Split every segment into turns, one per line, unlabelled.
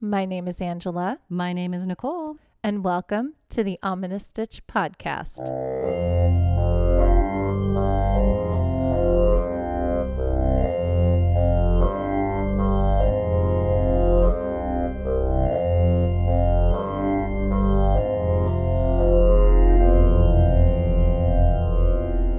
My name is Angela,
My name is Nicole.
and welcome to the Ominous Stitch podcast.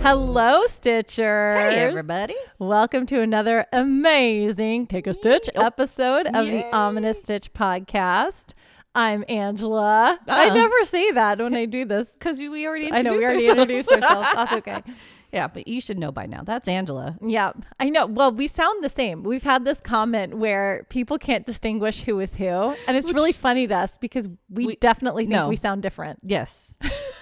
Hello, Stitchers. Welcome to another amazing Take a Stitch episode of the Ominous Stitch podcast. I'm Angela. I never say that when I do this.
Because we already
I know we already
ourselves.
introduced ourselves. That's okay.
Yeah, but you should know by now. That's Angela.
Yeah, I know. Well, we sound the same. We've had this comment where people can't distinguish who is who, and it's really funny to us because we,
We-
definitely think
no.
we sound different.
Yes.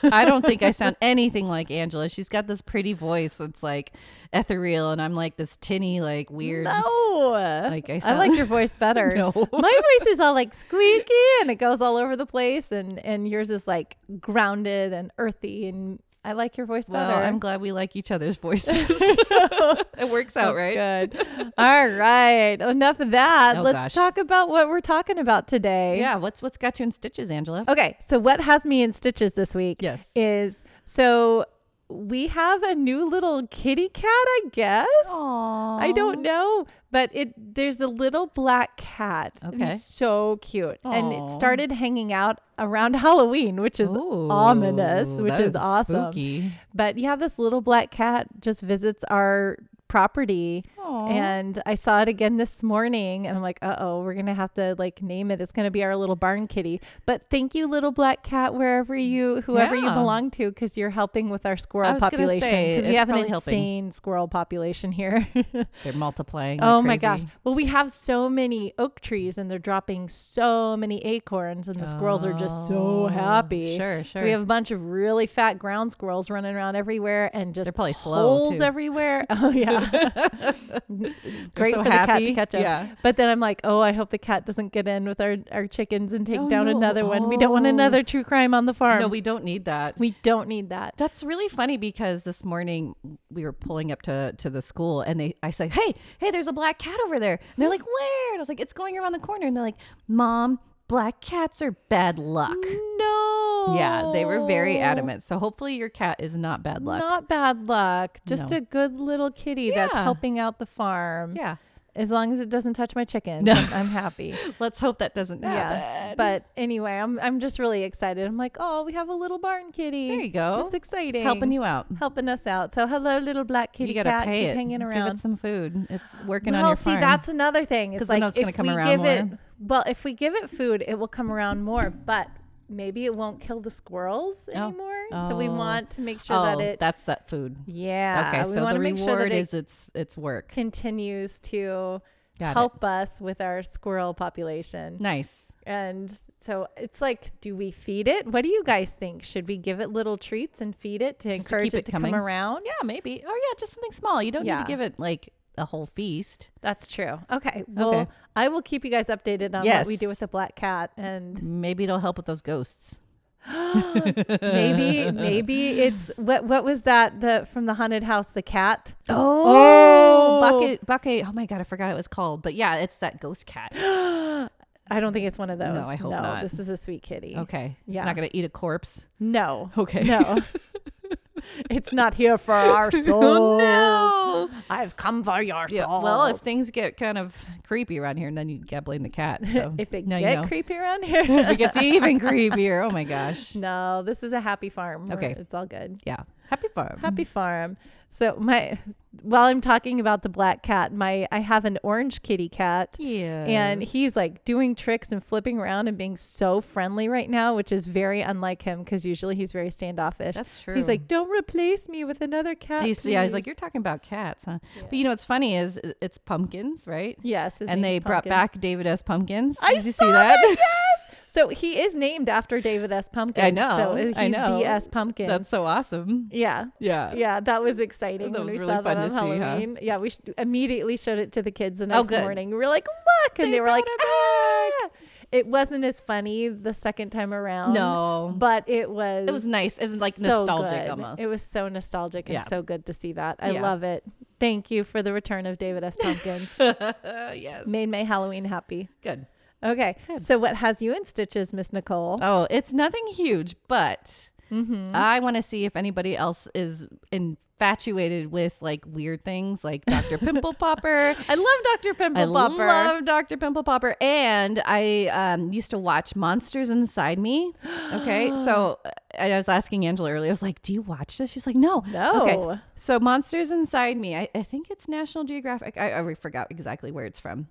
I don't think I sound anything like Angela. She's got this pretty voice that's like ethereal, and I'm like this tinny, like weird.
No,
Like, I
I
sound-
like your voice better.
No.
my voice is all like squeaky and it goes all over the place, and and yours is like grounded and earthy, and I like your voice
Well,
better.
I'm glad we like each other's voices. it works out, right?
That's Good. all right. Enough of that.
Oh,
Let's
gosh.
talk about what we're talking about today.
Yeah. What's what's got you in stitches, Angela?
Okay, so what has me in stitches this week?
Yes.
Is so we have a new little kitty cat, I guess.
Aww.
I don't know, but it there's a little black cat. and
Okay.
He's so cute. And
Aw.
it started hanging out around Halloween, which is ominous,
Ooh,
which
that
is awesome.
Spooky.
But yeah, this little black cat just visits our property.
Aw.
And I saw it again this morning, and I'm like, uh oh, we're gonna have to like name it. It's gonna be our little barn kitty. But thank you, little black cat, wherever you, whoever you
Yeah.
belong to, because you're helping with our squirrel
I was gonna
population.
say,
Because we
it's
have an
probably helping.
insane squirrel population here.
They're multiplying. like
oh my gosh!
crazy.
Well, we have so many oak trees, and they're dropping so many acorns, and the squirrels are just so
Oh,
happy.
Sure, sure.
So we have a bunch of really fat ground squirrels running around everywhere and just
They're probably slow,
holes
too.
everywhere. Oh yeah. Great
so
for the
happy.
cat to catch up.
Yeah.
But then I'm like, oh, I hope the cat doesn't get in with our, our chickens and take
Oh,
down
no.
another one. We don't want
Oh.
another true crime on the farm.
no, we don't need that.
we don't need that.
That's really funny because this morning we were pulling up to, to the school and they I say, Hey, hey, there's a black cat over there. And they're like, Where? And I was like, It's going around the corner. And they're like, Mom, black cats are bad luck.
No.
Yeah, they were very adamant. So hopefully your cat is not bad luck.
Not bad luck. Just
No.
a good little kitty that's
Yeah.
helping out the farm.
yeah.
As long as it doesn't touch my chicken, no. I'm I'm happy.
Let's hope that doesn't happen.
Yeah. But anyway, I'm I'm just really excited. I'm like, oh, we have a little barn kitty.
There you go.
It's exciting.
It's helping you out.
helping us out. So hello, little black kitty
you gotta
cat.
pay
Keep
it.
hanging
Give
around.
it some food. It's working
well,
on your
see,
farm.
that's another thing. It's
'Cause I
like
know it's
if
gonna come
we
around
give
more.
it well, if we give it food, it will come around more, but maybe it won't kill the squirrels anymore. So we
Oh.
want to make sure
oh,
that it
that's that food.
yeah.
okay,
we
so
want to
the
make
reward
sure that it
is its its work.
continues to
Got it.
help us with our squirrel population.
Nice.
And so it's like, do we feed it? What do you guys think? Should we give it little treats and feed it to
to
encourage
keep
it
it
to
coming.
come around?
Yeah, maybe. Or yeah, just something small. You don't need
Yeah.
to give it like a whole feast.
That's true. Okay. Well,
Okay.
I will keep you guys updated on what
Yes.
we do with the black cat and
Maybe it'll help with those ghosts.
maybe maybe it's what what was that the from the haunted house the cat?
Oh,
Oh.
bucket, bucket. Oh my god, I forgot it was called. But yeah, it's that ghost cat.
I don't think it's one of those.
I hope not.
this is a sweet kitty.
Okay,
Yeah.
it's not gonna eat a corpse.
No.
Okay.
No. it's not here for our soul.
Oh
I've come for your
Yeah,
soul.
Well, if things get kind of creepy around here, then you gotta blame the cat. So
if it
now you
get
know.
creepy around
if
here.
it gets e- even creepier. Oh my gosh.
no, this is a happy farm. We're-
Okay. Mm-hmm.
It's all good.
Yeah. Happy farm.
Happy farm. So my while I'm talking about the black cat, my I have an orange kitty cat.
Yeah.
And he's like doing tricks and flipping around and being so friendly right now, which is very unlike him because usually he's very standoffish.
That's
He's
true.
like, don't replace me with another cat.
I used to, yeah, I was like,
please."
you're talking about cats, huh? But you know what's funny is it- it's pumpkins, right?
yes. his
and
name's
they brought
Pumpkin.
back David S. Pumpkins.
I
Did you
saw
see that?
yes. So he is named after David S. Pumpkin.
I know.
So he's
I know.
DS Pumpkin.
That's so awesome.
yeah.
Yeah.
Yeah, that was exciting
That
when
was
we
really
saw that
fun
on
to see, huh?
Halloween. Yeah, we sh- immediately showed it to the kids the
Oh,
next
good.
morning. We were like, "Look!" and they,
They
were like,
brought
"Ah!" It wasn't as funny the second time around. "Ah!"
No.
but it was.
It was nice. It was like
so
nostalgic
good.
almost.
It was so nostalgic and
Yeah.
so good to see that. I
Yeah.
love it. Thank you for the return of David S. Pumpkins.
Uh, yes.
Made my Halloween happy.
Good.
Okay. So what has you in stitches, Miss Nicole? Mm-hmm.
Oh, it's nothing huge, but I want to see if anybody else is infatuated with like weird things like Dr. Pimple Popper.
I love Dr. Pimple
I
Popper.
love Dr. Pimple Popper. And I um, used to watch Monsters Inside Me. Okay. so uh, I was asking Angela earlier, I was like, Do you watch this? She's like, No.
No.
Okay. So Monsters Inside Me, I, I think it's National Geographic. I, I already forgot exactly where it's from.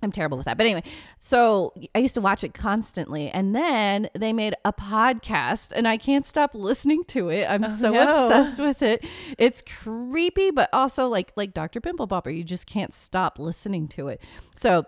I'm terrible with that. But anyway, so I used to watch it constantly. And then they made a podcast, and I can't stop listening to it. I'm so
no.
obsessed with it. It's creepy, but also like like Dr. Pimple Popper, you just can't stop listening to it. So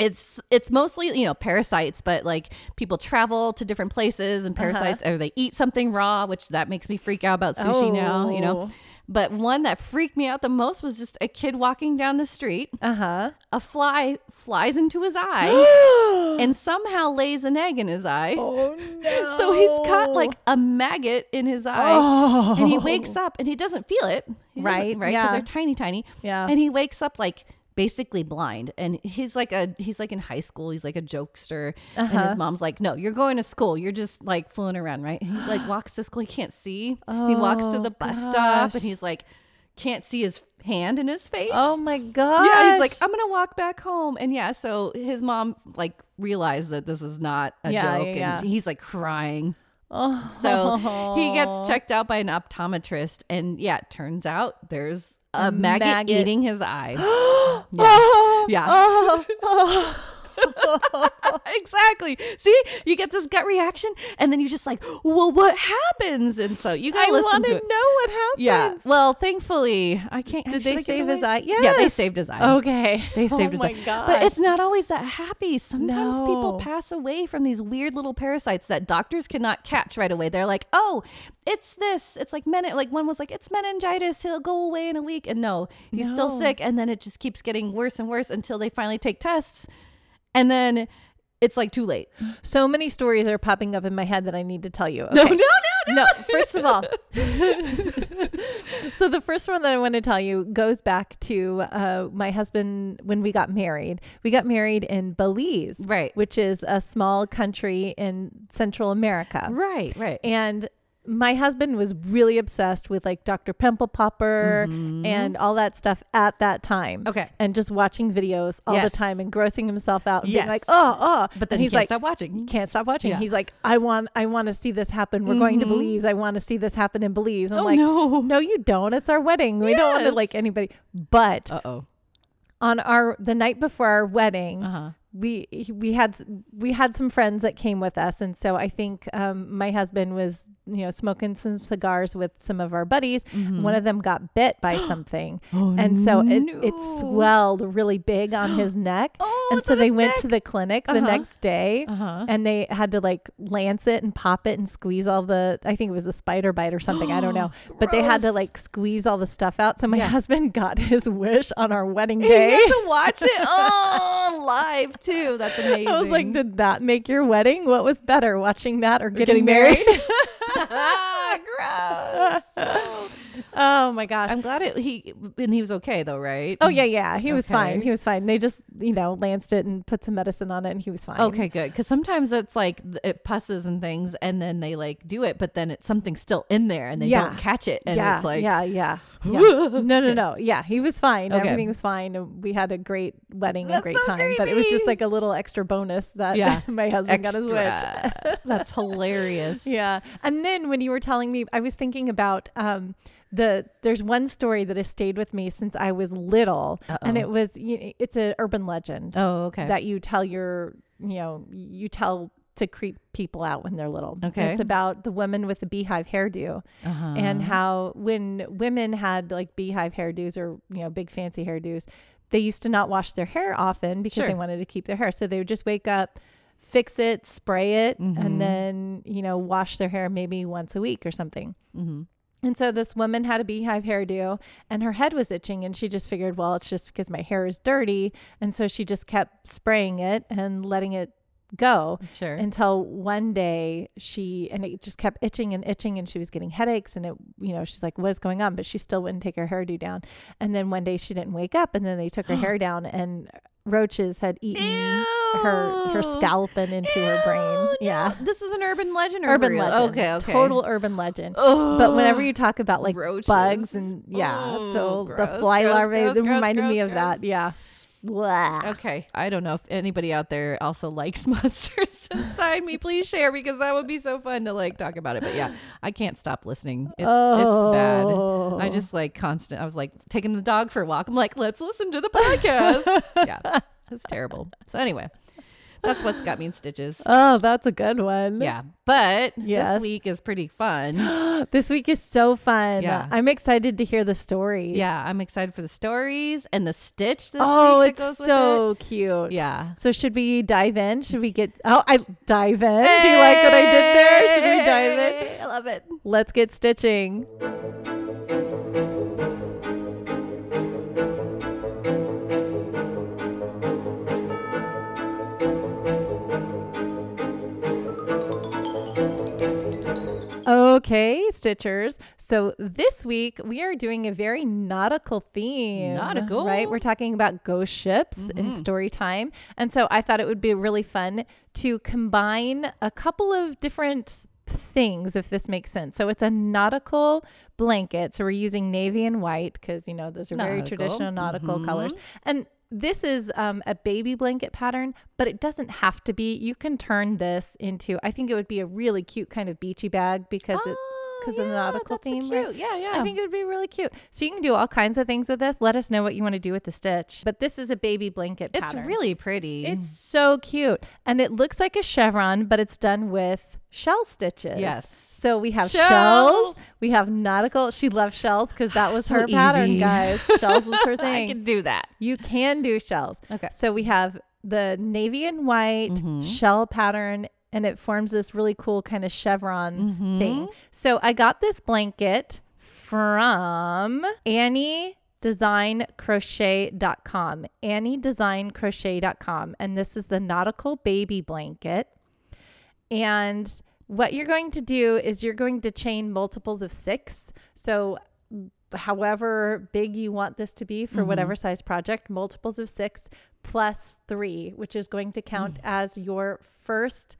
it's it's mostly you know parasites but like people travel to different places and parasites or they eat something raw which that makes me freak out about sushi now you
Oh.
know but one that freaked me out the most was just a kid walking down the street
Uh
a fly flies into his eye
huh.
and somehow lays an egg in his eye.
oh no.
So he's got like a maggot in his eye.
Oh.
And he wakes up and he doesn't feel it. He doesn't-
Right,
Right. Because
yeah.
they're tiny, tiny.
Yeah.
And he wakes up like basically blind and he's like a he's like in high school he's like a jokester and
Uh-huh.
his mom's like no you're going to school you're just like fooling around right and he like walks to school he can't see he walks to
Oh,
the bus stop
gosh.
and he's like can't see his hand in his face
Oh my god.
yeah, he's like, I'm gonna walk back home, and yeah, so his mom like realized that this is not a
Yeah,
joke,
yeah,
and
yeah.
he's like crying.
oh.
So he gets checked out by an optometrist, and yeah, it turns out there's a maggot,
Maggot.
eating his eye.
Oh,
Yeah.
oh, oh.
oh, exactly. See, you get this gut reaction, and then you just like, well, what happens? And so you gotta
I
listen
want to know
to it.
what happens.
Yeah. Well, thankfully, I can't.
Did
should I
they
give
save
it
his
away?
eye?
Yeah, they
Yes.
saved his eye.
Okay.
They
oh
saved his
my
life.
gosh.
But it's not always that happy. Sometimes
No.
people pass away from these weird little parasites that doctors cannot catch right away. They're like, "Oh, it's this." It's like men like one was like, "It's meningitis. He'll go away in a week." And no, he's
No.
still sick and then it just keeps getting worse and worse until they finally take tests. And then it's like too late.
so many stories are popping up in my head that I need to tell you.
No,
Okay.
no, no.
no, first of all. so the first one that I want to tell you goes back to uh, my husband when we got married. We got married in Belize,
Right.
which is a small country in Central America.
Right, right.
And my husband was really obsessed with like Dr. Pimple Popper and all that stuff at that time.
Mm-hmm. Okay.
And just watching videos all
Yes.
the time and grossing himself out and being
Yes.
like, oh, oh.
But then
And
he
he's
can't
like,
stop watching.
can't stop watching.
Yeah. Mm-hmm.
He's like, I want, I want to see this happen. We're going to Belize. I want to see this happen in Belize. And I'm
Oh,
like,
no.
no, you don't. It's our wedding. We don't want to
Yes. Uh.
like anybody. But
Uh-oh.
on our the night before our wedding,
Uh-huh.
we we had s- we had some friends that came with us, and so I think um, my husband was you know smoking some cigars with some of our buddies. One of them got bit by something, and so it, it
Mm-hmm. Oh, no.
swelled really big on his neck.
Oh,
and
it's
so
on
they
his
went
neck.
to the clinic the
Uh-huh.
next day,
Uh-huh.
and they had to like lance it and pop it and squeeze all the. I think it was a spider bite or something. I don't know, but they had to
Gross.
like squeeze all the stuff out. So my husband got his wish on our wedding day.
You have to watch it oh, live too. That's amazing.
I was like, did that make your wedding? What was better, watching that or getting,
getting
married?
married? ah, gross.
oh my gosh.
I'm glad it he and he was okay though, right?
oh yeah, yeah. He was fine.
Okay.
He was fine. They just, you know, lanced it and put some medicine on it and he was fine.
Okay, good. Because sometimes it's like th- it pusses and things, and then they like do it, but then it's something's still in there, and they
Yeah.
don't catch it, and
yeah,
it's like
yeah, yeah, yeah. No, no, no. Yeah, he was fine.
Okay.
Everything was fine. and We had a great wedding and
That's
great
so
time, but it was just
creepy.
like a little extra bonus that
Yeah.
my husband got his wish.
extra. That's hilarious.
Yeah. And then when you were telling me, I was thinking about um, the there's one story that has stayed with me since I was little, and it was you, it's an urban legend
Oh, okay.
that you tell your you know you tell to creep people out when they're little. And
Okay.
It's about the woman with the beehive hairdo
uh-huh.
and how when women had like beehive hairdos or you know big fancy hairdos they used to not wash their hair often because they
Sure.
wanted to keep their hair so they would just wake up fix it spray it
Mm-hmm.
and then you know wash their hair maybe once a week or something
Mm-hmm.
and so this woman had a beehive hairdo and her head was itching and she just figured, well, it's just because my hair is dirty. And so she just kept spraying it and letting it go
Sure.
until one day she and it just kept itching and itching and she was getting headaches and it you know she's like what is going on but she still wouldn't take her hairdo down and then one day she didn't wake up and then they took her hair down and roaches had eaten her her
Ew.
scalp and into her brain. Yeah.
This is an urban legend or
Urban
real?
legend.
Okay, okay.
Total urban legend.
Ugh.
But whenever you talk about like
Roaches.
bugs and yeah,
Ooh,
so the
gross,
fly
gross,
larvae
gross,
it
gross,
reminded me
gross,
of that.
gross.
Yeah. Blah.
Okay. I don't know if anybody out there also likes monsters inside me. Please share because that would be so fun to like talk about it. But yeah, I can't stop listening. It's it's bad.
Oh.
I just like constant. I was like taking the dog for a walk. I'm like, let's listen to the podcast. yeah, that's terrible. So anyway, that's what's got me in stitches.
Oh, that's a good one.
Yeah, but
Yes.
this week is pretty fun.
This week is so fun.
Yeah.
I'm excited to hear the stories.
yeah, I'm excited for the stories and the stitch this
oh,
week.
it's
that goes
so
With
cute.
it. Yeah.
So should we dive in? Should we get Oh, I dive in. Do you like what I did there? Should we dive in?
I love it.
Let's get stitching. Okay, Stitchers. So this week we are doing a very nautical theme.
Nautical. Mm-hmm.
Right? We're talking about ghost ships in story time. And so I thought it would be really fun to combine a couple of different things, if this makes sense. So it's a nautical blanket. So we're using navy and white because, you know, those are very
Nautical.
traditional nautical
Mhm.
colors. And this is um, a baby blanket pattern, but it doesn't have to be. You can turn this into, I think it would be a really cute kind of beachy bag because it because of the nautical theme. right?
Yeah, Oh, yeah.
I think it would be really cute. So you can do all kinds of things with this. Let us know what you want to do with the stitch. But this is a baby blanket
it's
pattern.
really pretty.
It's so cute. And it looks like a chevron, but it's done with shell stitches.
Yes.
So we have
Shell.
shells. We have nautical. She loves shells because that was
Ah, So
her pattern,
easy.
guys. Shells was her
I
thing.
can do that.
you can do shells.
Okay.
So we have the navy and white shell pattern, and it forms this really cool kind of chevron thing. So I got this blanket from Annie designcrochet.com anniedesigncrochet.com and this is the nautical baby blanket and what you're going to do is you're going to chain multiples of six. So, however big you want this to be for
Mm-hmm.
whatever size project, multiples of six plus three, which is going to count
Mm.
as your first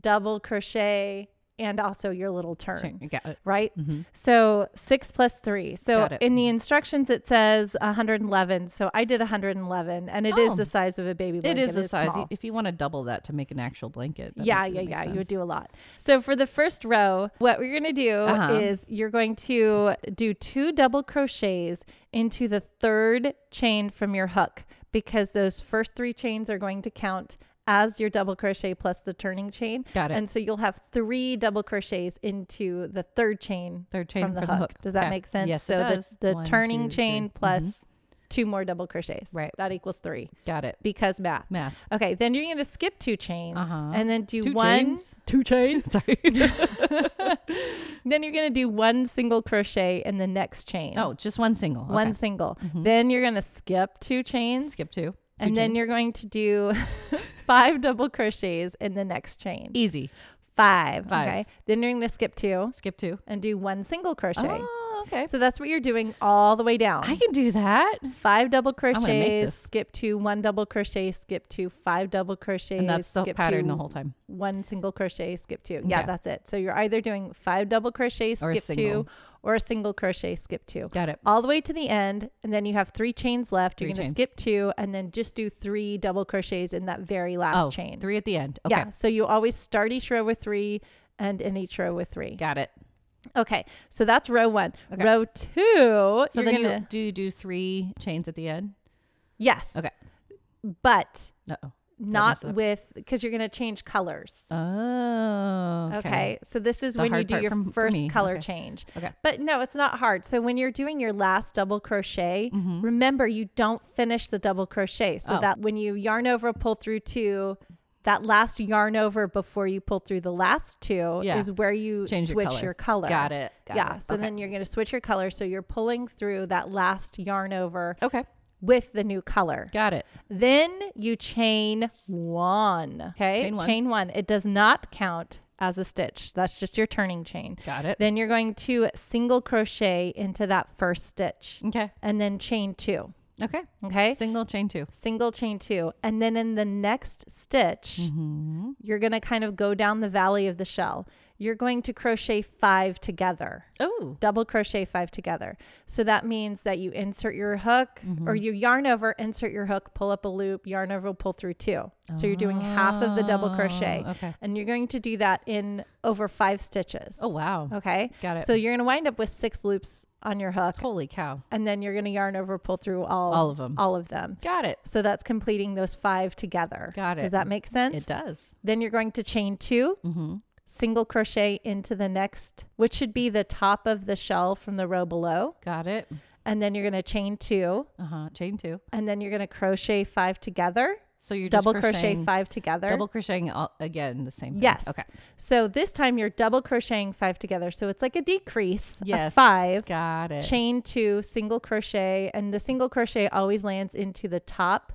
double crochet and also your little turn
Sure, you got it. Mm-hmm.
right? So six plus three. So
Got it.
in the instructions, it says 111. So I did 111, and it is
Oh.
the size of a baby
It
blanket.
is the size.
small.
If you want to double that to make an actual blanket. that
yeah,
make-
yeah,
that
yeah.
makes
You would
sense.
do a lot. So for the first row, what we're going to do
Uh-huh.
is you're going to do two double crochets into the third chain from your hook because those first three chains are going to count as your double crochet plus the turning chain.
Got it.
And so you'll have three double crochets into the third chain
Third chain
from the, hook. Does that
Okay.
make sense?
Yes,
so
it does.
the the
One,
turning
two, three.
chain
Mhm.
plus two more double crochets.
Right.
That equals 3
Mm-hmm. Got it.
because math.
Math.
Okay, then you're going to skip two chains
Uh-huh.
and then do
Two
one
chains?
two chains.
Sorry.
then you're going to do one single crochet in the next chain.
oh, just one single. Okay.
one single. Then you're going to skip two chains
Skip two. Two
and then
chains.
you're going to do five double crochets in the next chain.
easy.
Five,
E Five.
okay? Then you're going to skip two
Skip two.
and do one single crochet.
Oh, okay.
So that's what you're doing all the way down.
I can do that.
five double
gonna make
crochets,
this.
skip two, one double crochet, skip two, five double crochets,
And that's the
skip
pattern
two,
the whole time.
one single crochet, skip two. Yeah,
Okay.
that's it. So you're either doing five double crochets,
Or a
skip two,
single.
or a single crochet, skip two.
Got it.
All the way to the end, and then you have three chains left. You're
Three
going to
chains.
skip two, and then just do three double crochets in that very last
oh,
chain.
three at the end. Okay.
Yeah, so you always start each row with three, and in each row with three.
Got it.
Okay, so that's row one.
Okay.
Row two.
So
you're
then
gonna,
you do you do three chains at the end?
yes.
Okay.
but
Uh oh.
not
messed up.
with because you're going to change colors.
Oh.
Okay. So this is
The
when you
hard
do
part
your
from- for
first
me.
color
Okay.
change.
Okay.
But no, it's not hard. So when you're doing your last double crochet, remember you don't finish the double crochet so
Mm-hmm. Oh.
that when you yarn over, pull through two, that last yarn over before you pull through the last two
Yeah.
is where you
Change your
switch
color.
your color.
Got it. Got
yeah.
it.
So
Okay.
then you're going to switch your color. So you're pulling through that last yarn over
Okay.
with the new color.
Got it.
Then you chain one. Okay.
Chain one.
It does not count as a stitch. That's just your turning chain.
Got it.
Then you're going to single crochet into that first stitch
okay.
and then chain two.
Okay.
Okay.
Single chain two.
Single chain two. And then in the next stitch,
Mm-hmm.
you're going to kind of go down the valley of the shell. You're going to crochet five together.
Oh.
double crochet five together. So that means that you insert your hook
Mm-hmm.
or you yarn over, insert your hook, pull up a loop, yarn over, pull through two. So you're doing half of the double crochet.
Oh, okay.
And you're going to do that in over five stitches.
Oh wow.
Okay.
Got it.
So you're going to wind up with six loops on your hook
Holy cow.
and then you're going to yarn over, pull through all,
All of 'em.
All of them.
Got it.
So that's completing those five together.
Got
Does
it.
that make sense?
It does.
Then you're going to chain 2
Mm-hmm.
single crochet into the next, which should be the top of the shell from the row below.
Got it.
And then you're going to chain two,
Uh huh. Chain two.
and then you're going to crochet five together,
So you're
double
just
crochet
crocheting-
five together.
Double crocheting all, again the same. Thing.
yes.
Okay.
So this time you're double crocheting five together. So it's like a decrease, a
Yes.
five,
Got it.
chain two, single crochet, and the single crochet always lands into the top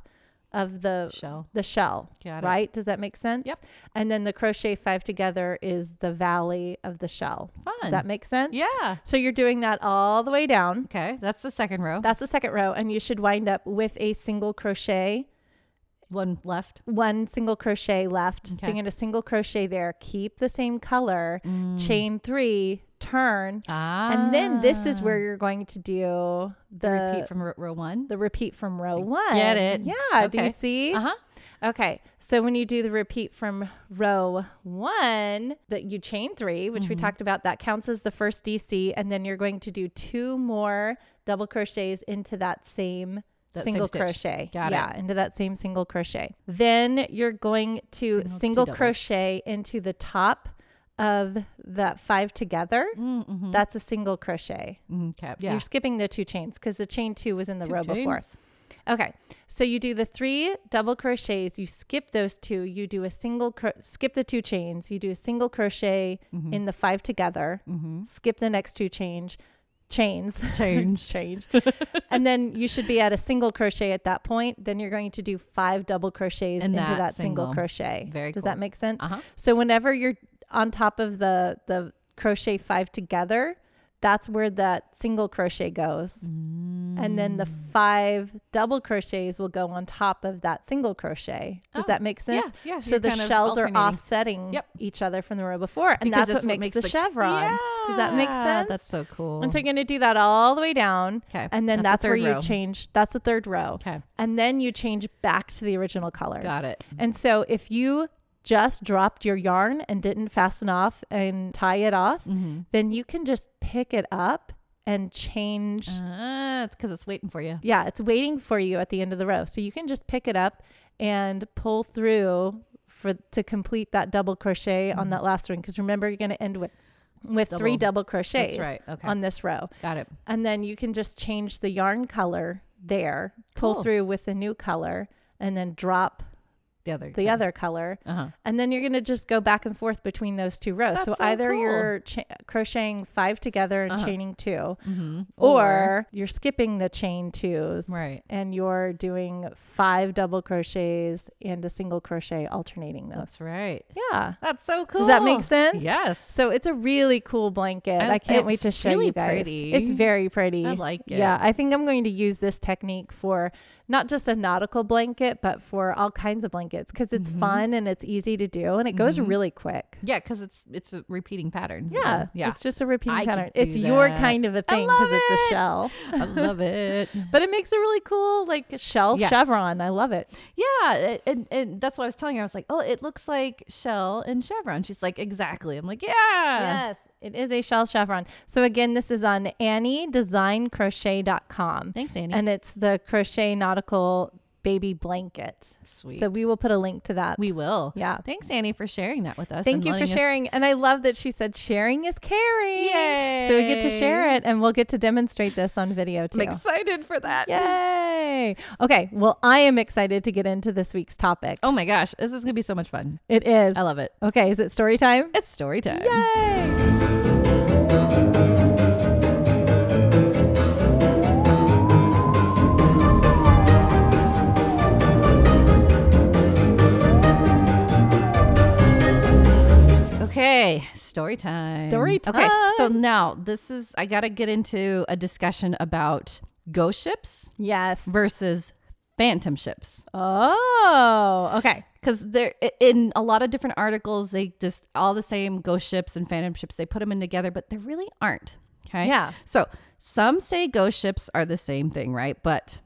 of the
Shell.
the shell.
Got it.
right? Does that make sense?
Yep.
And then the crochet five together is the valley of the shell. Does
Fun.
that make sense?
Yeah.
So you're doing that all the way down.
Okay. That's the second row.
That's the second row, and you should wind up with a single crochet,
One left.
one single crochet left. So
Okay.
you're going to single crochet there, keep the same color,
Mm.
chain three, turn,
Ah.
and then this is where you're going to do the
repeat from row, row one.
the repeat from row one.
Get it.
Yeah. Do you
Okay.
see?
Uh huh.
Uh-huh. Okay. So when you do the repeat from row one, that you chain three, which
Mm-hmm.
we talked about, that counts as the first DC, and then you're going to do two more double crochets into that same
That same
single
stitch.
crochet.
Got it.
yeah, into that same single crochet. Then you're going to
Single
single,
to double.
crochet into the top of that five together. That's a single crochet.
Okay. Mm-hmm. Yeah.
You're skipping the two chains because the chain two was in the
Two
row before.
chains.
Okay, so you do the three double crochets. You skip those two. You do a single cro- skip the two chains. You do a single crochet
Mm-hmm.
in the five together. Skip the next two change chains
Change.
change, and then you should be at a single crochet at that point. Then you're going to do five double crochets
And
into that,
that
single,
single.
crochet.
Very
Does
cool.
that make sense?
Uh-huh.
So whenever you're on top of the the crochet five together, that's where that single crochet goes and then the
Mm.
five double crochets will go on top of that single crochet. Does
Oh,
that make sense?
yeah,
So
you're
the
kind of
shells are
alternating.
offsetting
Yep.
each other from the row before, and
Because
that's what makes, the, chevron. Does that make
Yeah,
sense?
That's so cool.
and so you're going to do that all the way down,
'Kay,
and then that's,
that's the
where
third
you
row.
change. That's the third row,
'Kay.
and then you change back to the original color.
Got it.
And so if you just dropped your yarn and didn't fasten off and tie it off,
Mm-hmm.
then you can just pick it up and change
Ah, it's because it's waiting for you.
yeah, it's waiting for you at the end of the row. So you can just pick it up and pull through for to complete that double crochet
Mm-hmm.
on that last one. Because remember, you're going to end with with three double crochets
right. Okay.
on this row,
Got it.
and then you can just change the yarn color there, pull
Cool.
through with a new color, and then drop
The other.
the other color.
Uh-huh.
And then you're going to just go back and forth between those two rows.
That's
so,
so
either
cool.
you're cha- crocheting five together and
Uh-huh.
chaining 2
Mhm.
or, you're skipping the chain twos
Right.
and you're doing five double crochets and a single crochet alternating those.
That's right.
Yeah.
That's so cool.
Does that make sense?
Yes.
So it's a really cool blanket.
And
I can't wait
it's
to show
really
you guys.
pretty.
It's very pretty.
I like it.
Yeah, I think I'm going to use this technique for not just a nautical blanket, but for all kinds of blankets because it's
Mm-hmm.
fun and it's easy to do and it goes really quick.
Yeah, because it's it's a repeating patterns.
Yeah,
again. Mm-hmm. Yeah.
It's just a repeating
I could
pattern.
do
It's your
that.
kind of a thing because
love
it's a
it.
shell.
I love it.
But it makes a really cool like shell
Yes.
chevron. I love it.
Yeah, it- and and that's what I was telling her. I was like, "Oh, it looks like shell and chevron." She's like, "Exactly." I'm like, "Yeah."
Yes, it is a shell chevron. So again, this is on anniedesigncrochet.com.
Thanks, Annie.
And it's the crochet nautical baby blanket.
Sweet.
So we will put a link to that.
we will.
Yeah.
Thanks, Annie, for sharing that with us.
Thank
and
you for
letting us-
sharing. And I love that she said sharing is caring. So we get to
Yay.
share it and we'll get to demonstrate this on video too.
I'm excited for that.
Yay. Okay. Well, I am excited to get into this week's topic.
Oh my gosh, this is gonna be so much fun.
It is.
I love it.
Okay. Is it story time?
It's story time.
Yay.
Okay, story time.
Story
Okay, so
time.
now this is I got to get into a discussion about ghost ships
Yes.
versus phantom ships.
Oh, okay.
Because they're i- in a lot of different articles, they just all the same ghost ships and phantom ships, they put them in together, but they really aren't. Okay.
Yeah.
So some say ghost ships are the same thing, right? But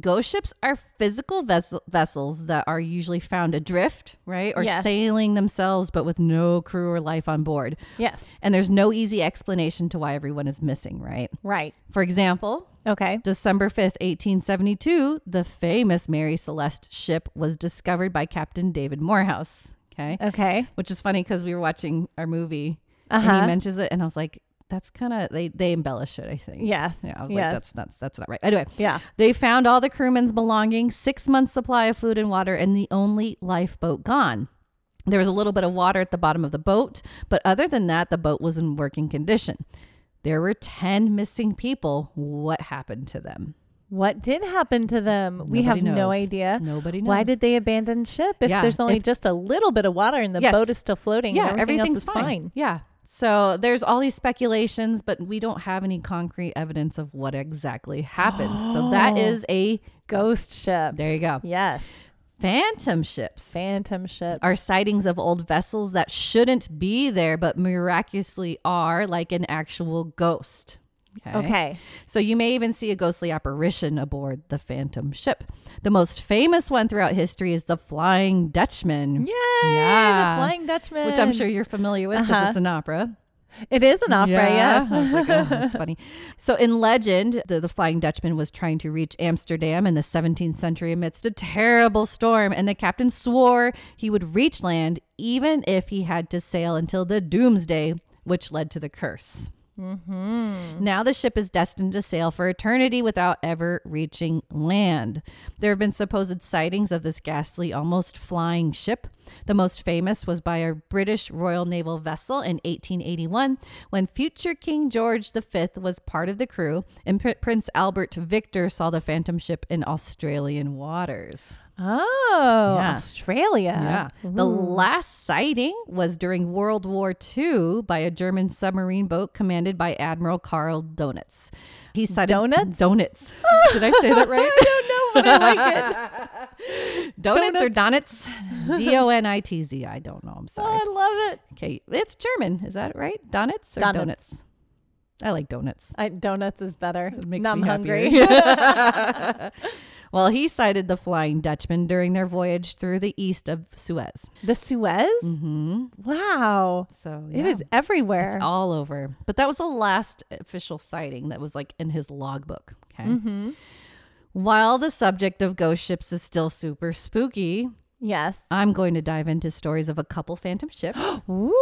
ghost ships are physical vessel- vessels that are usually found adrift, right? Or
Yes.
sailing themselves, but with no crew or life on board.
Yes.
And there's no easy explanation to why everyone is missing, right?
Right.
For example,
Okay.
December 5th, 1872, the famous Mary Celeste ship was discovered by Captain David Morehouse. Okay.
Okay.
Which is funny because we were watching our movie and
Uh-huh.
he mentions it, and I was like, that's kind of, they, they embellish it, I think.
Yes.
Yeah. I was
yes.
like, that's not, that's not right. Anyway.
Yeah.
They found all the crewmen's belongings, six months' supply of food and water, and the only lifeboat gone. There was a little bit of water at the bottom of the boat, but other than that, the boat was in working condition. There were 10 missing people. What happened to them?
What did happen to them? we
Nobody
have no
knows.
idea.
Nobody knows.
Why did they abandon ship if
Yeah,
there's only
if-
just a little bit of water and the
Yes.
boat is still floating?
yeah,
and everything
everything's
else is fine.
Yeah. So there's all these speculations, but we don't have any concrete evidence of what exactly happened. So
Oh.
that is a
Ghost ship.
there you go.
Yes.
Phantom ships.
Phantom ship.
are sightings of old vessels that shouldn't be there but miraculously are like an actual ghost.
Okay.
So you may even see a ghostly apparition aboard the phantom ship. The most famous one throughout history is the Flying Dutchman.
Yay!
Yeah.
The Flying Dutchman.
Which I'm sure you're familiar with because
Uh-huh.
it's an opera.
it is an opera, yes.
I was like, oh, that's funny. So, in legend, the, the Flying Dutchman was trying to reach Amsterdam in the 17th century amidst a terrible storm, and the captain swore he would reach land even if he had to sail until the doomsday, which led to the curse. Now the ship is destined to sail for eternity without ever reaching land. There have been supposed sightings of this ghastly, almost flying ship. The most famous was by a British Royal Naval vessel in 1881 when future King George V was part of the crew and Pr- Prince Albert Victor saw the phantom ship in Australian waters.
Oh,
Yeah.
Australia.
Yeah. Uh, The last sighting was during World War II by a German submarine boat commanded by Admiral Karl Donitz. He sighted
Donuts?
Donitz. Did I say that right?
I don't know, but I like it.
Donuts or Donitz? D O N I T Z. I don't know. I'm sorry.
Oh, I love it.
Okay, it's German. Is that right? Donitz or
Donuts.
donuts? I like donuts.
I, donuts is better.
It makes
Now I'm
me
hungry.
happier. well, he sighted the Flying Dutchman during their voyage through the east of Suez.
The Suez?
Mm-hmm.
Wow.
So
It
yeah.
is everywhere.
It's all over. But that was the last official sighting that was like in his logbook. Okay. While the subject of ghost ships is still super spooky,
yes.
I'm going to dive into stories of a couple phantom ships
Ooh.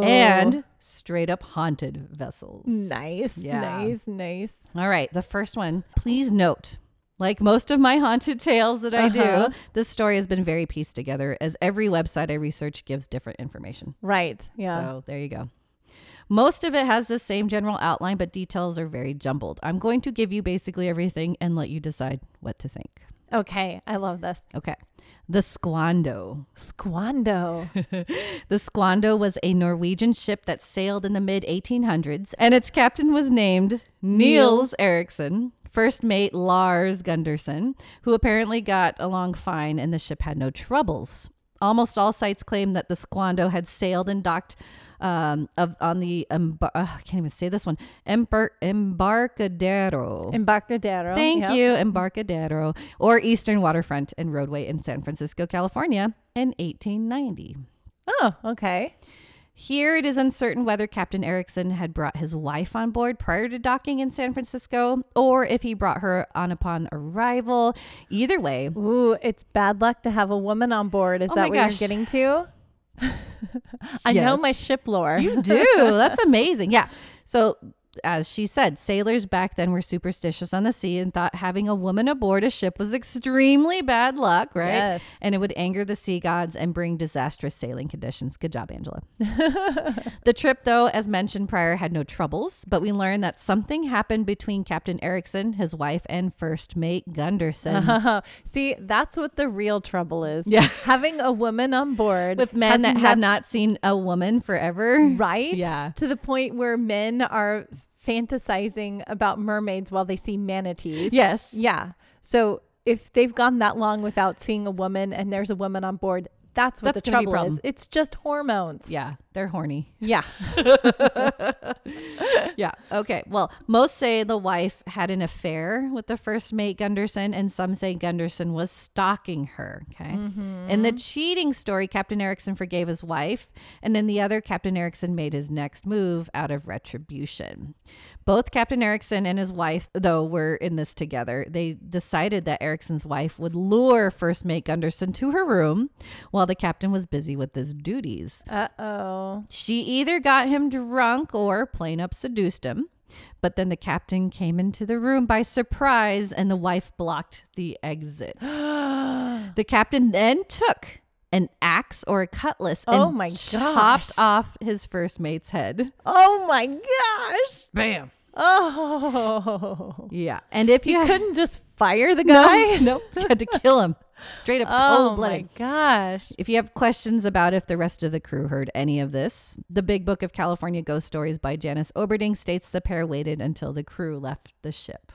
Yeah. and straight up haunted vessels.
nice,
Yeah.
nice, nice.
All right. The first one, please note. Like most of my haunted tales that I
Uh-huh.
do, this story has been very pieced together as every website I research gives different information.
Right. Yeah.
So there you go. Most of it has the same general outline, but details are very jumbled. I'm going to give you basically everything and let you decide what to think.
Okay. I love this.
Okay. The Squando.
Squando.
The Squando was a Norwegian ship that sailed in the mid 1800s, and its captain was named Niels Eriksen, first mate Lars Gunderson, who apparently got along fine and the ship had no troubles. Almost all sites claim that the Squando had sailed and docked um, of, on the embar- uh, I can't even say this one Embar- Embarcadero.
Embarcadero.
Thank
Yep.
you, Embarcadero, or Eastern Waterfront and Roadway in San Francisco, California, in 1890.
Oh, okay.
Here it is uncertain whether Captain Erickson had brought his wife on board prior to docking in San Francisco or if he brought her on upon arrival. Either way,
Ooh, it's bad luck to have a woman on board. Is
Oh
that
my
what
gosh.
you're getting to? I know
Yes.
my ship lore.
you do. That's amazing. Yeah. So, as she said, sailors back then were superstitious on the sea and thought having a woman aboard a ship was extremely bad luck, right?
Yes.
And it would anger the sea gods and bring disastrous sailing conditions. Good job, Angela. The trip, though, as mentioned prior, had no troubles, but we learned that something happened between Captain Erickson, his wife, and first mate Gunderson.
Uh-huh. See, that's what the real trouble is.
Yeah.
Having a woman on board
With men
has
that
nothing
had not seen a woman forever.
right
Yeah.
to the point where men are fantasizing about mermaids while they see manatees.
Yes.
Yeah. So if they've gone that long without seeing a woman and there's a woman on board, that's what
That's
the
gonna be a
trouble is.
problem.
It's just hormones.
Yeah, they're horny.
Yeah.
Yeah. Okay. Well, most say the wife had an affair with the first mate Gunderson, and some say Gunderson was stalking her. Okay. In the cheating story, Captain Erickson forgave his wife, and in the other, Captain Erickson made his next move out of retribution. Both Captain Erickson and his wife, though, were in this together. They decided that Erickson's wife would lure first mate Gunderson to her room while the captain was busy with his duties.
Uh oh.
She either got him drunk or plain up seduced him. But then the captain came into the room by surprise and the wife blocked the exit. the captain then took an axe or a cutlass and
Oh my gosh.
chopped off his first mate's head.
Oh my gosh.
Bam.
Oh.
Yeah. And if you
You
had-
couldn't just fire the guy?
No, you had to kill him. Straight up
Oh
cold
my
blooded.
gosh.
If you have questions about if the rest of the crew heard any of this, the Big Book of California Ghost Stories by Janice Oberding states the pair waited until the crew left the ship.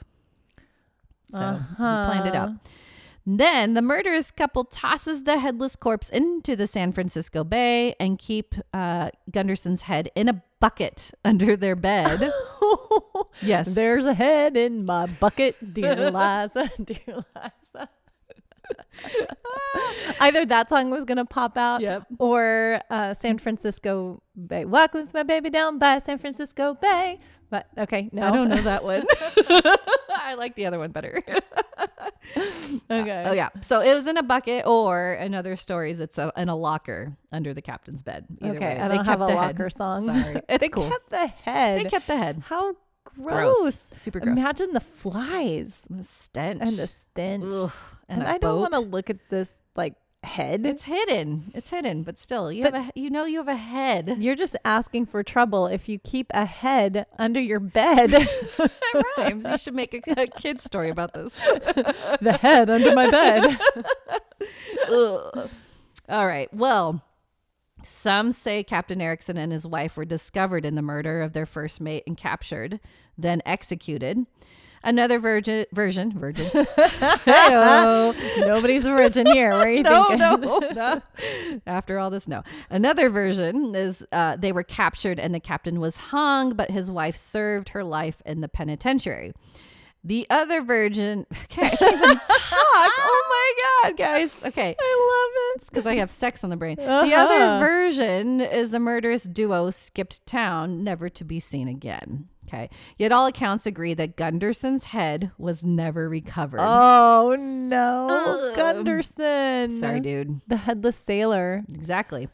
So he planned it out. Then the murderous couple tosses the headless corpse into the San Francisco Bay and keep uh, Gunderson's head in a bucket under their bed. yes,
There's a head in my bucket, dear Liza, dear Liza. Either that song was gonna pop out,
Yep.
or uh, San Francisco Bay. Walk with my baby down by San Francisco Bay. But okay, no,
I don't know that one. I like the other one better.
Okay,
Oh yeah. So it was in a bucket, or in other stories, it's a, in a locker under the captain's bed. Either
okay.
way,
I
they
don't have
kept
a
the
locker
head.
song.
Sorry. It's
they
cool.
kept the head.
They kept the head.
How gross.
Gross. Super gross.
Imagine the flies
The stench.
and the stench.
Ugh.
And,
a
I don't
boat.
want to look at this like head.
It's hidden. It's hidden, but still, you
But-
have a you know you have a head.
You're just asking for trouble if you keep a head under your bed.
That rhymes. You should make a, a kid's story about this.
the head under my bed.
Ugh. All right. Well, some say Captain Erickson and his wife were discovered in the murder of their first mate and captured, then executed. Another virgin, version, virgin. Hey-o.
Nobody's a virgin here. Where are you
no,
thinking?
no, no. After all this, no. Another version is uh, they were captured and the captain was hung, but his wife served her life in the penitentiary. The other virgin can't even talk. Oh my god, guys. Okay. I love it. because I have sex on the brain. The
Uh-huh.
other version is the murderous duo skipped town, never to be seen again. Okay. Yet all accounts agree that Gunderson's head was never recovered.
Oh no,
Ugh.
Gunderson.
Sorry, dude.
The headless sailor.
Exactly.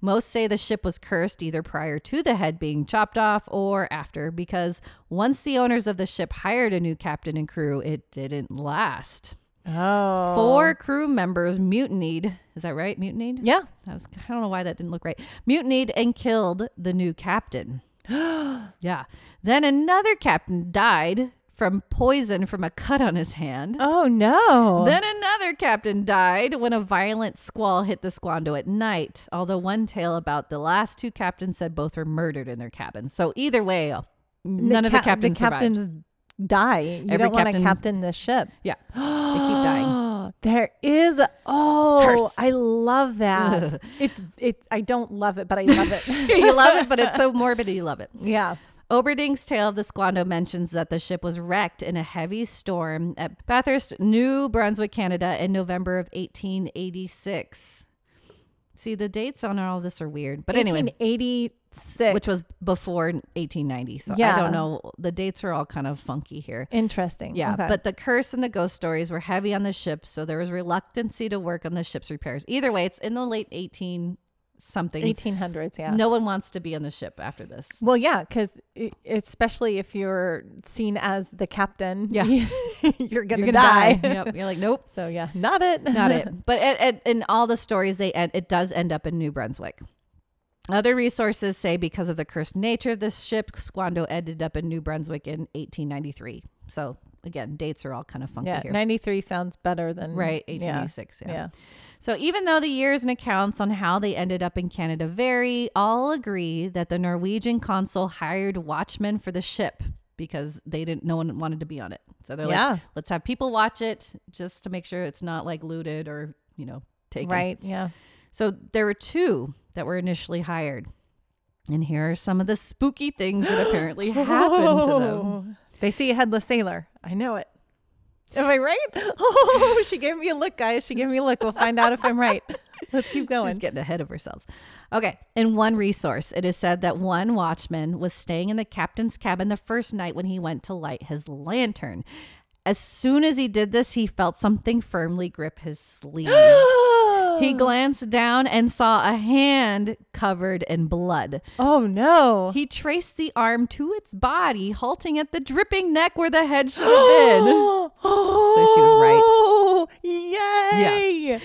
Most say the ship was cursed either prior to the head being chopped off or after, because once the owners of the ship hired a new captain and crew, it didn't last.
Oh.
Four crew members mutinied. Is that right? Mutinied?
Yeah.
I, was, I don't know why that didn't look right. Mutinied and killed the new captain. yeah. Then another captain died from poison from a cut on his hand.
Oh no.
Then another captain died when a violent squall hit the Squando at night. Although one tale about the last two captains said both were murdered in their cabins. So either way, uh, none of the
cap-
captains
The
survived.
captains die. You
Every
don't want to
captain's-
captain the ship.
Yeah, they keep dying.
There is a- oh,
curse.
I love that. it's it. I don't love it, but I love it.
you love it, but it's so morbid. You love it.
yeah.
Oberding's tale of the Squando mentions that the ship was wrecked in a heavy storm at Bathurst, New Brunswick, Canada, in November of 1886. See, the dates on all this are weird, but anyway.
1886,
which was before 1890. So
Yeah.
I don't know. The dates are all kind of funky here.
interesting.
Yeah,
Okay.
but the curse and the ghost stories were heavy on the ship, so there was reluctancy to work on the ship's repairs. Either way, it's in the late 18 something.
1800s, yeah.
No one wants to be on the ship after this.
Well, yeah, because especially if you're seen as the captain,
Yeah.
you're gonna, die.
yep. You're like, nope,
So yeah, not it.
not it. But it, it, in all the stories, they end, it does end up in New Brunswick. Other resources say because of the cursed nature of this ship, Squando ended up in New Brunswick in 1893. So again, dates are all kind of funky
Yeah,
here.
93 sounds better than
Right,
yeah.
1886. Yeah.
Yeah.
So even though the years and accounts on how they ended up in Canada vary, all agree that the Norwegian consul hired watchmen for the ship because they didn't. No one wanted to be on it, so they're
Yeah.
like, "Let's have people watch it just to make sure it's not like looted or you know taken."
Right. Yeah.
So there were two that were initially hired, and here are some of the spooky things that apparently happened to them.
Oh. They see a headless sailor. I know it. Am I right? Oh, she gave me a look, guys. She gave me a look. We'll find out if I'm right. Let's keep
She's
going.
getting ahead of herself. Okay. In one resource, it is said that one watchman was staying in the captain's cabin the first night when he went to light his lantern. As soon as he did this, he felt something firmly grip his sleeve. he glanced down and saw a hand covered in blood.
oh no.
He traced the arm to its body, halting at the dripping neck where the head should have been.
so
she was right.
Oh, yay.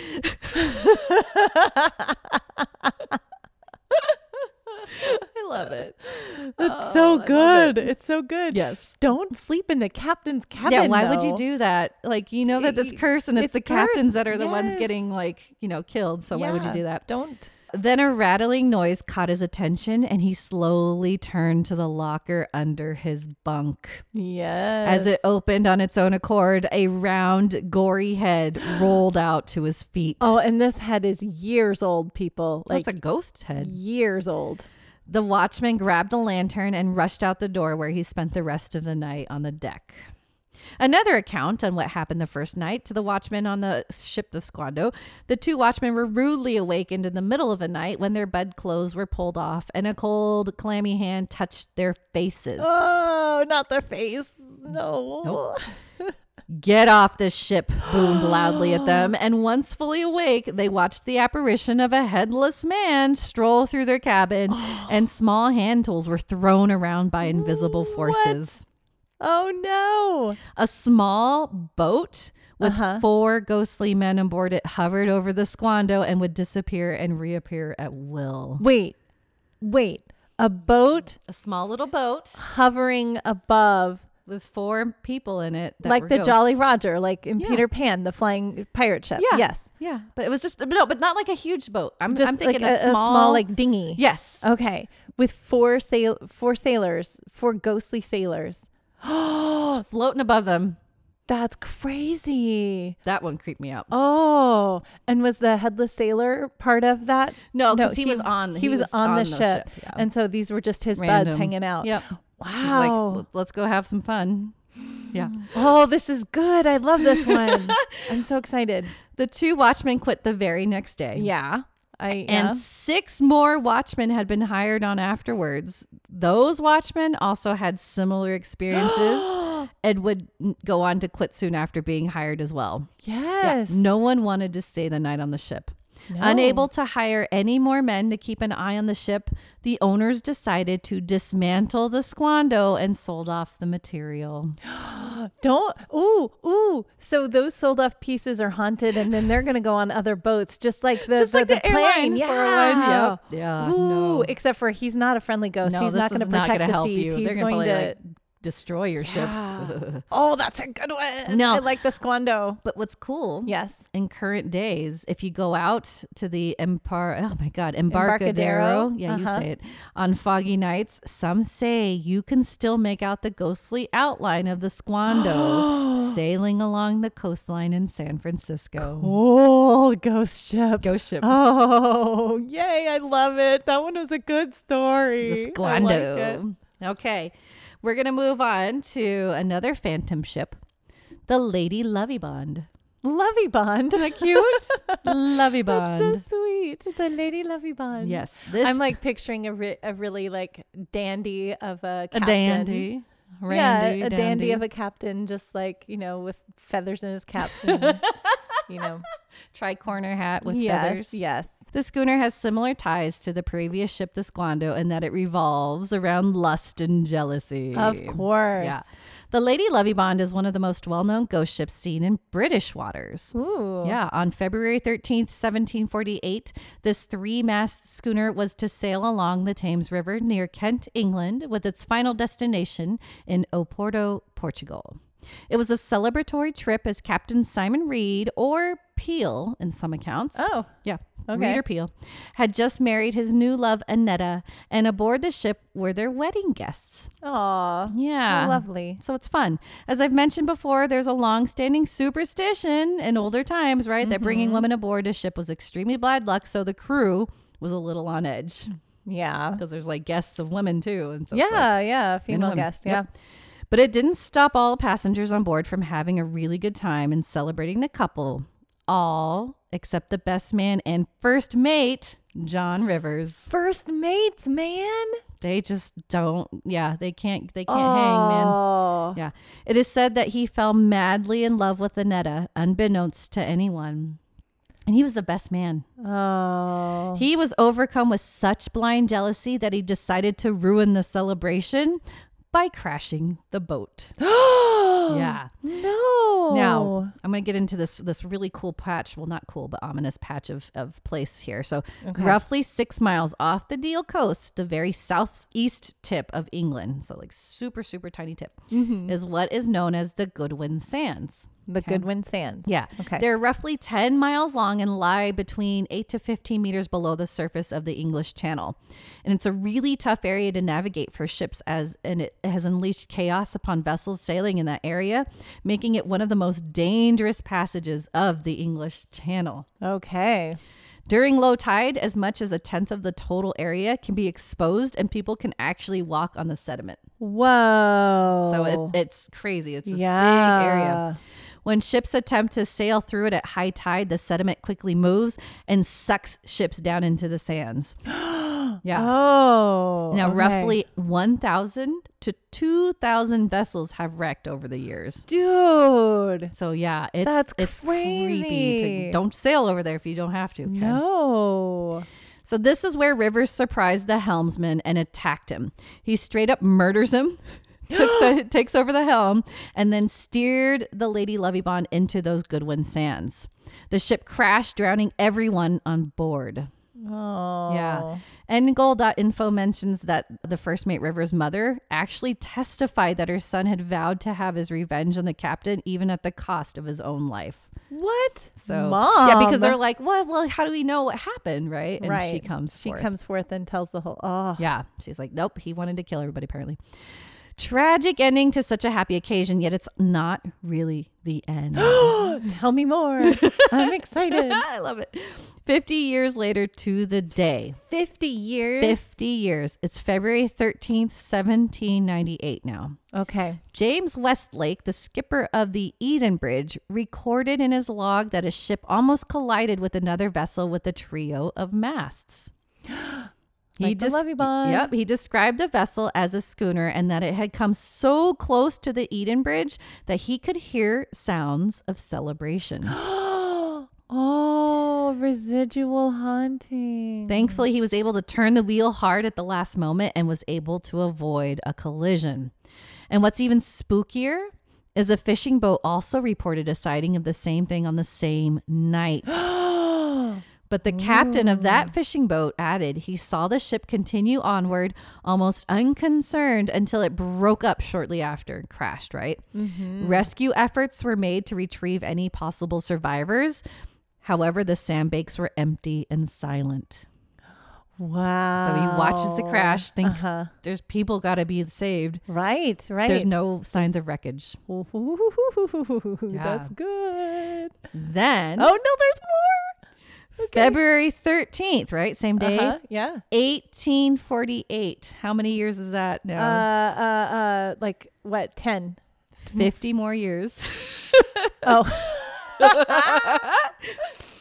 I love it. Oh,
That's so good. It's so good.
Yes.
Don't sleep in the captain's cabin.
Yeah, why would you
though.
do that? Like you know that that's
Y-
curse and it's,
it's
the
cursed,
captains that are the ones
yes.
getting like, you know, killed. So why would you
Yeah,
do that?
Don't.
Then a rattling noise caught his attention and he slowly turned to the locker under his bunk.
Yes.
As it opened on its own accord, a round, gory head rolled out to his feet.
Oh, and this head is years old, people. Like
that's a ghost head.
years old.
The watchman grabbed a lantern and rushed out the door where he spent the rest of the night on the deck. Another account on what happened the first night to the watchman on the ship of Squando. The two watchmen were rudely awakened in the middle of the night when their bedclothes were pulled off and a cold, clammy hand touched their faces.
Oh, not their face. No.
Get off this ship, boomed loudly at them. And once fully awake, they watched the apparition of a headless man stroll through their cabin, and small hand tools were thrown around by invisible forces.
Oh
A small boat with
Uh-huh.
four ghostly men on board it hovered over the Squando and would disappear and reappear at will.
no. Wait. Wait. A boat
A small little boat
hovering above
with four people in it, that
like
were
the Jolly
ghosts.
Roger, like in
Yeah.
Peter Pan, the flying pirate ship.
Yeah.
Yes.
Yeah, but it was just but no, but not like a huge boat. I'm
Just
I'm thinking
like
a, small,
like dinghy.
yes.
Okay. With four sail four sailors, four ghostly sailors. Oh,
floating above them.
that's crazy.
That one creeped me out.
Oh, and was the headless sailor part of that?
No, 'cause he was on-
He,
he
was,
was
on, the
on the
ship,
ship, yeah.
and so these were just his buds hanging out.
Yep. He's like,
Wow.
"L- let's go have some fun. Yeah.
oh, this is good. I love this one. I'm so excited.
The two watchmen quit the very next day.
Yeah. I
And
yeah.
six more watchmen had been hired on afterwards. Those watchmen also had similar experiences and would n- go on to quit soon after being hired as well. Yeah,
yes.
No one wanted to stay the night on the ship.
No.
Unable to hire any more men to keep an eye on the ship, the owners decided to dismantle the Squando and sold off the material.
Don't. Ooh, ooh. So those sold off pieces are haunted, and then they're gonna go on other boats, just like the
Just
the,
like the
plane.
airline
Yeah.
for one, yep. Yeah,
Ooh.
no.
Except for he's not a friendly ghost. Oh, he's
this
not gonna
is
protect
gonna
the seas. He's
They're
going
probably,
to.
like, destroy your
Yeah.
ships.
oh, that's a good one.
No.
I like the squando.
but what's cool
Yes.
in current days, if you go out to the empar oh my god,
Embarcadero?
Embarcadero, yeah,
Uh-huh.
you say it, on foggy nights, some say you can still make out the ghostly outline of the Squando sailing along the coastline in San Francisco.
Oh, ghost ship.
Ghost ship.
Oh, yay. I love it. That one was a good story.
The
I like it.
Squando. okay. We're going to move on to another phantom ship, the Lady Lovibond.
Lovey Bond.
Isn't that cute? Lovibond.
That's so sweet. The Lady Lovey Bond.
yes. This
I'm like picturing a, re- a really like dandy of a
a
captain.
dandy. Randy,
yeah, a dandy. of a captain, just like, you know, with feathers in his cap. And, you know,
tricorner hat with
yes,
feathers.
Yes.
The schooner has similar ties to the previous ship, the Squando, in that it revolves around lust and jealousy.
Of course.
Yeah. The Lady Lovibond is one of the most well-known ghost ships seen in British waters.
Ooh.
Yeah, on February 13th, 1748, this three mast schooner was to sail along the Thames River near Kent, England, with its final destination in Oporto, Portugal. It was a celebratory trip as Captain Simon Reed, or Peel in some accounts.
Oh.
Yeah.
Okay.
Reader Peel had just married his new love, Annetta, and aboard the ship were their wedding guests.
Aw.
Yeah.
How lovely.
So it's fun. As I've mentioned before, there's a long-standing superstition in older times, right, that bringing
Mm-hmm.
women aboard a ship was extremely bad luck. So the crew was a little on edge
Yeah.
because there's like guests of women too, and so it's
yeah.
like-
yeah. Female
women.
guest. Yeah.
Yep. But it didn't stop all passengers on board from having a really good time and celebrating the couple. All except the best man and first mate, John Rivers.
First mates, man.
They just don't. Yeah, they can't. They can't hang, man.
oh.
Yeah. It is said that he fell madly in love with Annetta, unbeknownst to anyone. And he was the best man.
Oh.
He was overcome with such blind jealousy that he decided to ruin the celebration by crashing the boat. yeah.
No.
Now, I'm going to get into this this really cool patch, well not cool, but ominous patch of of place here. So, roughly 6 miles off the Deal coast, the very southeast tip of England, so like super super tiny tip, is what is known as the Goodwin Sands.
The Goodwin Sands.
Yeah.
Okay.
They're roughly 10 miles long and lie between 8 to 15 meters below the surface of the English Channel. And it's a really tough area to navigate for ships as and it has unleashed chaos upon vessels sailing in that area, making it one of the most dangerous passages of the English Channel.
Okay.
During low tide, as much as a tenth of the total area can be exposed and people can actually walk on the sediment.
Whoa.
So it, it's crazy. It's this
Oh. yeah.
big area. When ships attempt to sail through it at high tide, the sediment quickly moves and sucks ships down into the sands. yeah.
Oh.
now,
okay.
roughly 1,000 to 2,000 vessels have wrecked over the years.
Dude.
So yeah, it's
That's
it's creepy.
crazy.
To, don't sail over there if you don't have to. okay?
No.
So this is where Rivers surprised the helmsman and attacked him. He straight up murders him, takes, takes over the helm, and then steered the Lady Lovibond into those Goodwin Sands. The ship crashed, drowning everyone on board.
Oh.
Yeah. And gold.info mentions that the first mate Rivers' mother actually testified that her son had vowed to have his revenge on the captain, even at the cost of his own life.
What?
So,
Mom.
yeah, because they're like, well, well, how do we know what happened, right? And
right.
she comes.
She
forth.
comes forth and tells the whole. Oh.
Yeah. She's like, nope, he wanted to kill everybody, apparently. Tragic ending to such a happy occasion, yet it's not really the end.
Tell me more. I'm excited.
I love it. 50 years later to the day.
Fifty years.
50 years. It's February 13th, 1798 now.
Okay.
James Westlake, the skipper of the Eden Bridge, recorded in his log that a ship almost collided with another vessel with a trio of masts.
Like the Levy Bond.
Yep, he described the vessel as a schooner and that it had come so close to the Eden Bridge that he could hear sounds of celebration.
oh, residual haunting.
Thankfully, he was able to turn the wheel hard at the last moment and was able to avoid a collision. And what's even spookier is a fishing boat also reported a sighting of the same thing on the same night. But the captain of that fishing boat added he saw the ship continue onward almost unconcerned until it broke up shortly after and crashed, right? Rescue efforts were made to retrieve any possible survivors. However, the sandbanks were empty and silent.
wow.
So he watches the crash, thinks
Oh, Uh-huh.
there's people got to be saved.
Right. Right.
There's no signs of wreckage.
Ooh,
Yeah.
That's good.
Then
Oh no, there's more.
February 13th, right? Same day.
Uh-huh, yeah.
1848. How many years is that
Uh,
now?
uh, uh, like what? Ten.
50 more years.
Oh,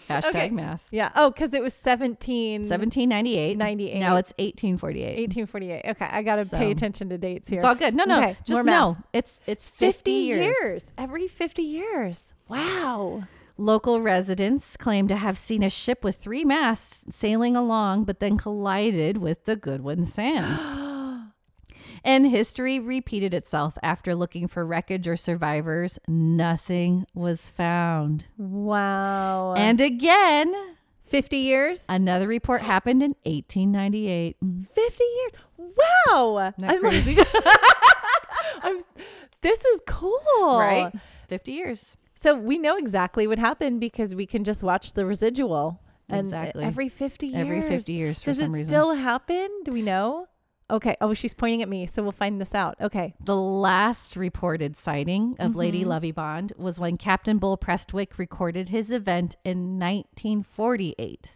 Hashtag
Okay. Mm,
math.
yeah. Oh, because it was 17,
1798.
98.
Now it's 1848.
1848. Okay, I gotta
So.
pay attention to dates here.
It's all good. No, no.
Okay, more
just
math.
no. It's it's 50, years.
Every 50 years. Wow.
Local residents claim to have seen a ship with three masts sailing along, but then collided with the Goodwin Sands. and history repeated itself after looking for wreckage or survivors. Nothing was found.
Wow.
And again,
50 years?
another report happened in 1898.
50 years. Wow.
Isn't that
like-
crazy?
I'm, this is cool.
right? 50 years.
So we know exactly what happened because we can just watch the residual. And
Exactly.
every 50 years.
Every 50 years for
Does
some
it
reason.
still happen? Do we know? Okay. Oh, she's pointing at me. So we'll find this out. Okay.
The last reported sighting of
Mm-hmm.
Lady Lovey Bond was when Captain Bull Prestwick recorded his event in 1948.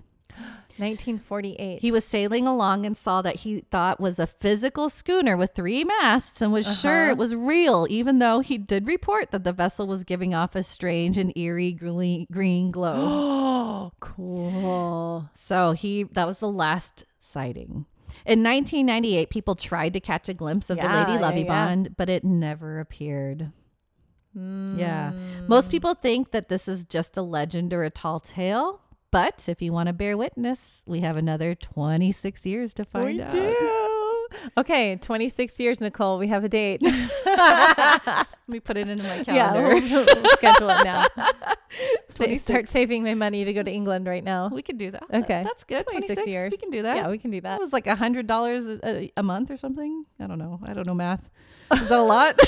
1948.
He was sailing along and saw that he thought was a physical schooner with three masts and
Uh-huh.
was sure it was real, even though he did report that the vessel was giving off a strange and eerie gle- green glow.
Oh, cool.
so he that was the last sighting. In 1998, people tried to catch a glimpse of
Yeah,
the
yeah,
Lady Lovey
yeah.
Bond, but it never appeared.
Hmm.
Yeah. Most people think that this is just a legend or a tall tale, but if you want to bear witness, we have another 26 years to find
We
out.
do. Okay. 26 years, Nicole. We have a date.
Let me put it into my
yeah.
calendar.
We'll, we'll schedule it now. Sa-
26.
start saving my money to go to England right now.
we could do that.
Okay.
That's good.
26
26,
years.
We can do that.
Yeah, we can do that.
that was like a hundred dollars a a month or something. I don't know. I don't know math. Is that a lot?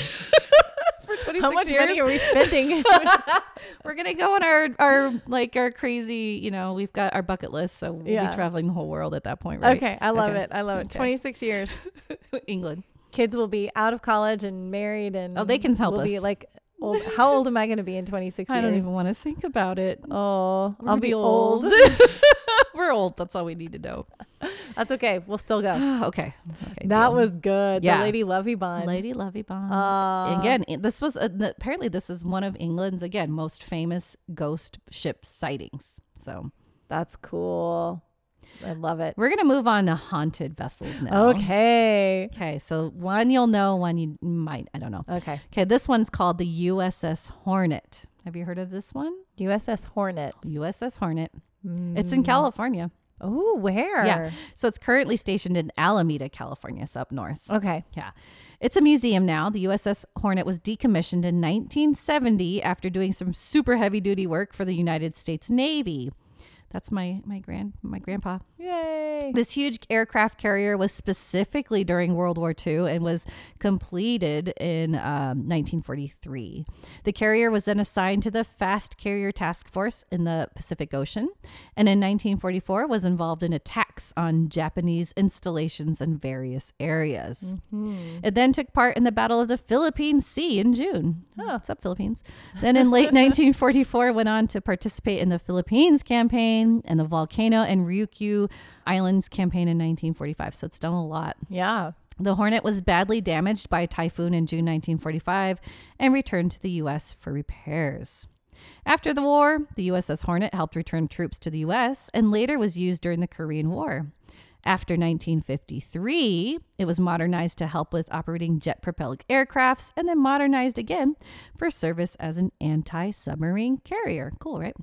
For 26
How much
years?
money are we spending?
We're gonna go on our our like our crazy. You know, we've got our bucket list, so we'll
Yeah.
be traveling the whole world at that point, right?
okay. I love
Okay.
it. I love it.
Okay.
26 years.
England.
Kids will be out of college and married and
Oh, they can help
we'll be
us.
like old. How old am I going to be in 26
I
years?
don't even want to think about it.
Oh,
We're
I'll
gonna
be old.
We're old. That's all we need to know.
That's okay. We'll still go.
okay. okay.
Oh. That
deal.
was good. The
Yeah.
Lady Lovey Bond.
Lady Lovey Bond.
Uh,
again, i- this was a, th- apparently this is one of England's again most famous ghost ship sightings. So
That's cool. I love it.
we're gonna move on to haunted vessels now.
Okay.
Okay. So one you'll know, one you might. I don't know.
Okay.
Okay. This one's called the USS Hornet. Have you heard of this one?
USS Hornet.
USS Hornet. It's in California.
Oh, where?
Yeah. So it's currently stationed in Alameda, California, so up north.
Okay.
Yeah. It's a museum now. The USS Hornet was decommissioned in 1970 after doing some super heavy duty work for the United States Navy. That's my my grand my grandpa.
Yay.
This huge aircraft carrier was specifically during World War II and was completed in um, 1943. The carrier was then assigned to the Fast Carrier Task Force in the Pacific Ocean, and in 1944 was involved in attacks on Japanese installations in various areas. Mm-hmm. It then took part in the Battle of the Philippine Sea in June. Oh, it's up Philippines. Then in late 1944 went on to participate in the Philippines campaign and the Volcano and Ryukyu Islands campaign in 1945. So it's done a lot.
Yeah.
The Hornet was badly damaged by a typhoon in June 1945 and returned to the U.S. for repairs. After the war, the USS Hornet helped return troops to the U.S. and later was used during the Korean War. After 1953, it was modernized to help with operating jet propelled aircrafts and then modernized again for service as an anti submarine carrier. Cool, right?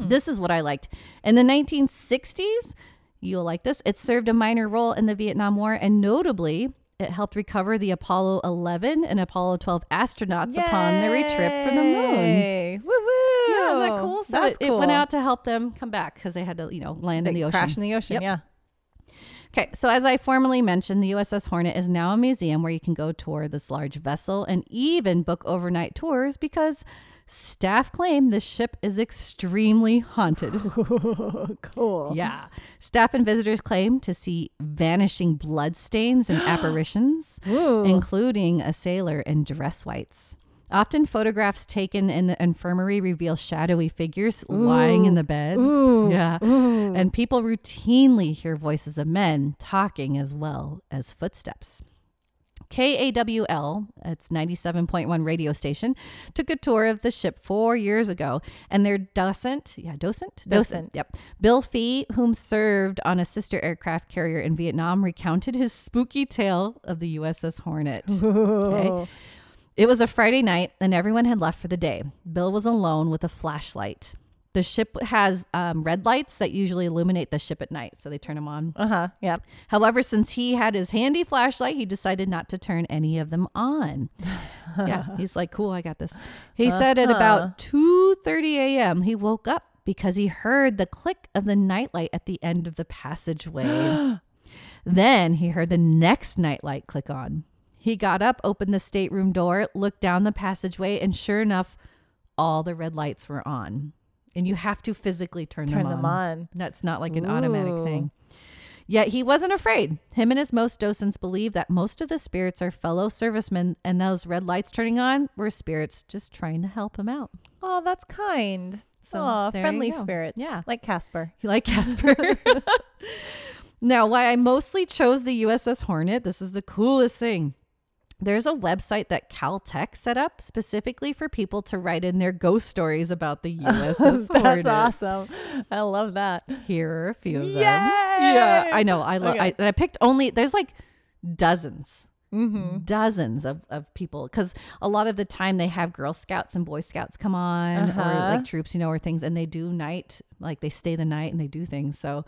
This is what I liked. In the 1960s, you'll like this, it served a minor role in the Vietnam War and notably, it helped recover the Apollo 11 and Apollo 12 astronauts upon their retrip from the moon.
Yay. Woo woo.
Yeah, isn't that cool? So
That's
it,
cool.
it went out to help them come back because they had to, you know, land in the
They
ocean.
Crash in the ocean.
Yep.
Yeah.
Okay, so as I formerly mentioned, the USS Hornet is now a museum where you can go tour this large vessel and even book overnight tours because staff claim this ship is extremely haunted.
cool.
yeah. Staff and visitors claim to see vanishing bloodstains and apparitions,
Ooh.
including a sailor in dress whites. Often photographs taken in the infirmary reveal shadowy figures lying in the beds. Yeah. And people routinely hear voices of men talking as well as footsteps. KAWL, its 97.1 radio station, took a tour of the ship four years ago, and their docent, yeah, docent?
Docent.
yep. Bill Fee, whom served on a sister aircraft carrier in Vietnam, recounted his spooky tale of the USS Hornet. Okay. It was a Friday night, and everyone had left for the day. Bill was alone with a flashlight. The ship has um, red lights that usually illuminate the ship at night, so they turn them on.
Uh huh. Yeah.
However, since he had his handy flashlight, he decided not to turn any of them on. yeah, he's like, "Cool, I got this." He
Uh-huh.
said at about 2:30 a.m. he woke up because he heard the click of the nightlight at the end of the passageway. then he heard the next nightlight click on. He got up, opened the stateroom door, looked down the passageway, and sure enough, all the red lights were on. And you have to physically turn,
Turn
them,
them on.
That's not like an automatic
Ooh.
thing. Yet he wasn't afraid. Him and his most docents believe that most of the spirits are fellow servicemen, and those red lights turning on were spirits just trying to help him out.
Oh, that's kind.
So,
Aw,
there you
friendly
go.
spirits.
Yeah.
Like Casper.
You like Casper? now, why I mostly chose the USS Hornet, this is the coolest thing. There's a website that Caltech set up specifically for people to write in their ghost stories about the USS Hornet.
That's awesome. I love that.
Here are a few of them.
Yeah.
Yeah, I know. I love.
Okay.
I, and I picked only. There's like dozens,
Mm-hmm.
dozens of of people because a lot of the time they have Girl Scouts and Boy Scouts come on
Uh-huh.
or like troops, you know, or things, and they do night like they stay the night and they do things. So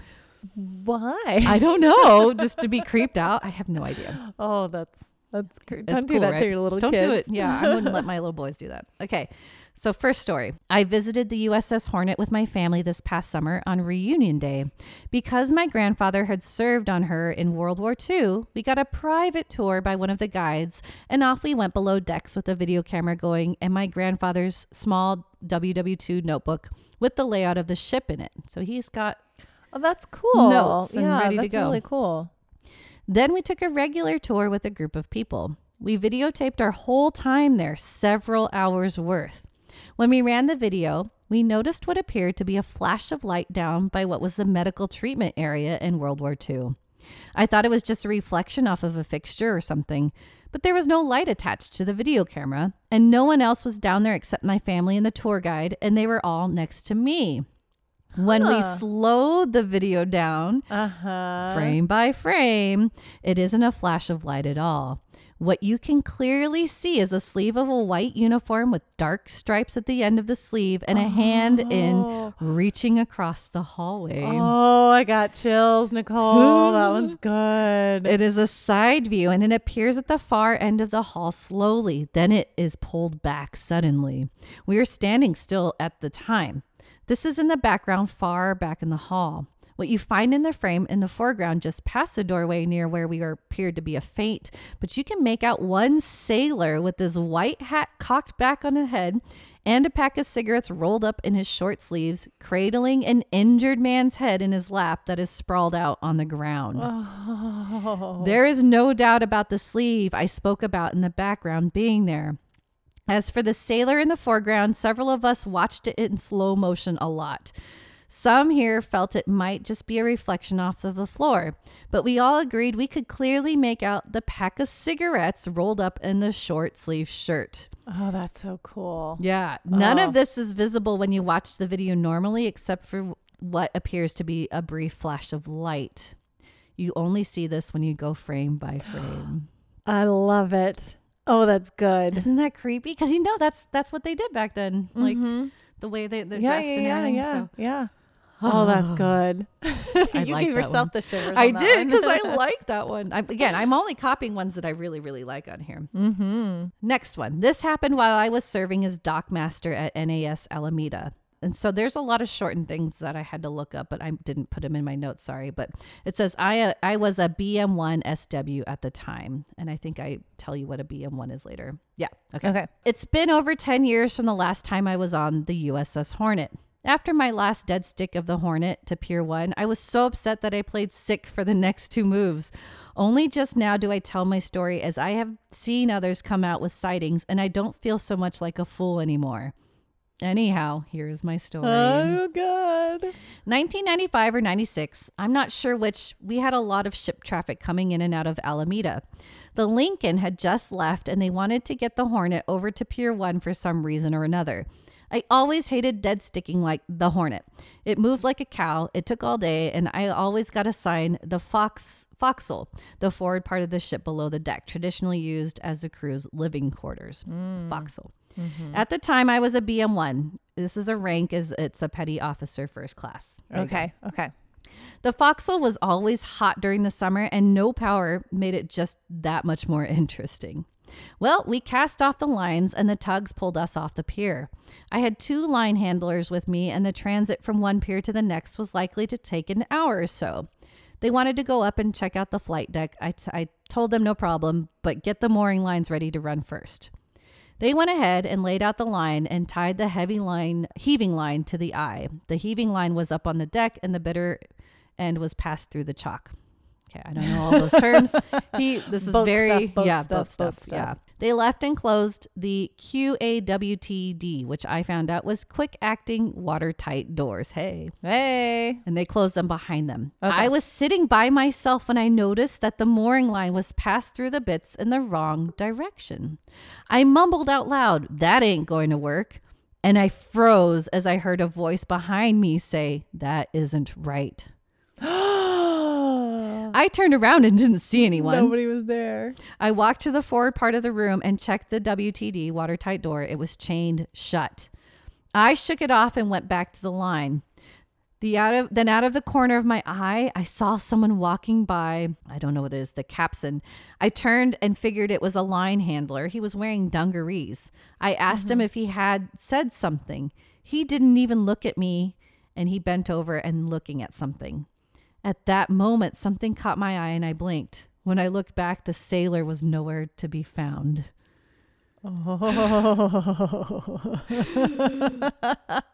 Why?
I don't know, just to be creeped out. I have no idea.
Oh, that's that's cr-
It's
don't do
cool,
that to
right?
your little
Don't
kids.
do it. Yeah, I wouldn't let my little boys do that. Okay. So, first story. I visited the USS Hornet with my family this past summer on reunion day. Because my grandfather had served on her in World War II, we got a private tour by one of the guides, and off we went below decks with a video camera going and my grandfather's small WW2 notebook with the layout of the ship in it. So, he's got
Oh, that's cool.
Notes and
yeah,
ready to
that's
go.
really cool.
Then we took a regular tour with a group of people. We videotaped our whole time there, several hours worth. When we ran the video, we noticed what appeared to be a flash of light down by what was the medical treatment area in World War II. I thought it was just a reflection off of a fixture or something, but there was no light attached to the video camera, and no one else was down there except my family and the tour guide, and they were all next to me. When we
Huh.
slowed the video down,
Uh
Mm.
huh.
frame by frame, it isn't a flash of light at all. What you can clearly see is a sleeve of a white uniform with dark stripes at the end of the sleeve and a hand in
Oh.
reaching across the hallway.
Oh, I got chills, Nicole. that one's good.
It is a side view and it appears at the far end of the hall slowly. Then it is pulled back suddenly. We are standing still at the time. This is in the background, far back in the hall. What you find in the frame in the foreground, just past the doorway near where we are, appeared to be a faint, but you can make out one sailor with his white hat cocked back on his head and a pack of cigarettes rolled up in his short sleeves, cradling an injured man's head in his lap that is sprawled out on the ground.
oh.
There is no doubt about the sleeve I spoke about in the background being there. As for the sailor in the foreground, several of us watched it in slow motion a lot. Some here felt it might just be a reflection off of the floor, but we all agreed we could clearly make out the pack of cigarettes rolled up in the short sleeve shirt.
Oh, that's so cool.
Yeah. None
Oh.
of this is visible when you watch the video normally, except for what appears to be a brief flash of light. You only see this when you go frame by frame.
I love it. Oh, that's good.
Isn't that creepy? Because you know that's that's what they did back then, like
Mhm.
the way they they're
yeah,
dressed
yeah,
and
yeah,
everything.
yeah,
So.
yeah. Oh, that's good. you
like
gave
that
yourself
one.
the shivers.
I did because I like that one. I, again, I'm only copying ones that I really really like on here.
Mm-hmm.
Next one. This happened while I was serving as dock master at NAS Alameda. And so there's a lot of shortened things that I had to look up, but I didn't put them in my notes. Sorry. But it says I, uh, I was a BM1 SW at the time. And I think I tell you what a BM1 is later. Yeah. Okay.
Okay.
It's been over 10 years from the last time I was on the USS Hornet. After my last dead stick of the Hornet to Pier 1, I was so upset that I played sick for the next two moves. Only just now do I tell my story as I have seen others come out with sightings and I don't feel so much like a fool anymore. Anyhow, here is my story.
Oh, good.
1995 or 96, I'm not sure which, we had a lot of ship traffic coming in and out of Alameda. The Lincoln had just left and they wanted to get the Hornet over to Pier 1 for some reason or another. I always hated dead sticking like the Hornet. It moved like a cow, it took all day, and I always got assigned the fox foxhole, the forward part of the ship below the deck, traditionally used as the crew's living quarters. Foxhole. At the time, I was a BM1. This is a rank as it's a petty officer first class. There you go.
Okay. Okay.
The foxhole was always hot during the summer, and no power made it just that much more interesting. Well, we cast off the lines, and the tugs pulled us off the pier. I had two line handlers with me, and the transit from one pier to the next was likely to take an hour or so. They wanted to go up and check out the flight deck. I, t- I told them no problem, but get the mooring lines ready to run first. They went ahead and laid out the line and tied the heavy line, heaving line to the eye. The heaving line was up on the deck and the bitter end was passed through the chalk. Okay, I don't know all those terms. He, this is
Boat
very,
stuff, boat
yeah,
stuff,
boat stuff,
boat stuff.
yeah. They left and closed the QAWTD, which I found out was quick acting watertight doors. Hey
Hey.
and they closed them behind them.
Okay.
I was sitting by myself when I noticed that the mooring line was passed through the bits in the wrong direction. I mumbled out loud, That ain't going to work. And I froze as I heard a voice behind me say, That isn't right. I turned around and didn't see anyone.
Nobody was there.
I walked to the forward part of the room and checked the WTD watertight door. It was chained shut. I shook it off and went back to the line. The out of then out of the corner of my eye, I saw someone walking by. I don't know what it is, the capstan. I turned and figured it was a line handler. He was wearing dungarees. I asked him if he had said something. He didn't even look at me and he bent over and looking at something. At that moment, something caught my eye and I blinked. When I looked back, the sailor was nowhere to be found.
Oh.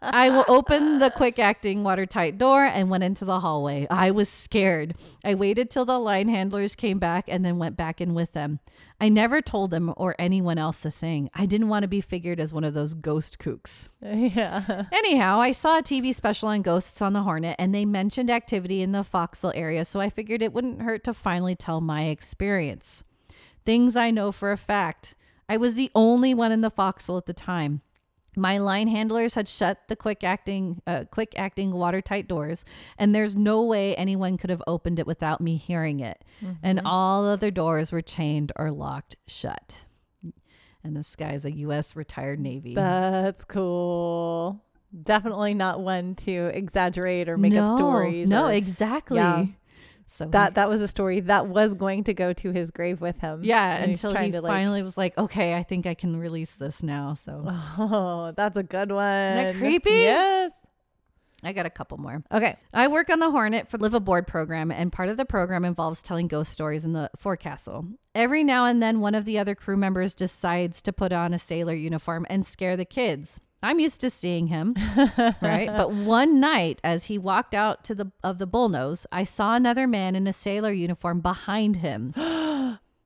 I will open the quick acting watertight door and went into the hallway. I was scared. I waited till the line handlers came back and then went back in with them. I never told them or anyone else a thing. I didn't want to be figured as one of those ghost kooks.
yeah.
Anyhow, I saw a TV special on ghosts on the Hornet and they mentioned activity in the Foxel area, so I figured it wouldn't hurt to finally tell my experience. Things I know for a fact. I was the only one in the Foxel at the time. My line handlers had shut the quick acting uh, quick acting watertight doors and there's no way anyone could have opened it without me hearing it. And all other doors were chained or locked shut. And this guy's a US retired Navy.
That's cool. Definitely not one to exaggerate or make
No,
up stories.
No,
or-
exactly.
Yeah.
So
that that was a story that was going to go to his grave with him.
yeah,
And he's
until he
trying to, like-
finally was like, okay, I think I can release this now. So
Oh, that's a good one.
that creepy?
Yes.
I got a couple more.
Okay.
I work on the Hornet for Live Aboard program, and part of the program involves telling ghost stories in the forecastle. Every now and then, one of the other crew members decides to put on a sailor uniform and scare the kids. I'm used to seeing him, right? But one night, as he walked out to the of the bullnose, I saw another man in a sailor uniform behind him.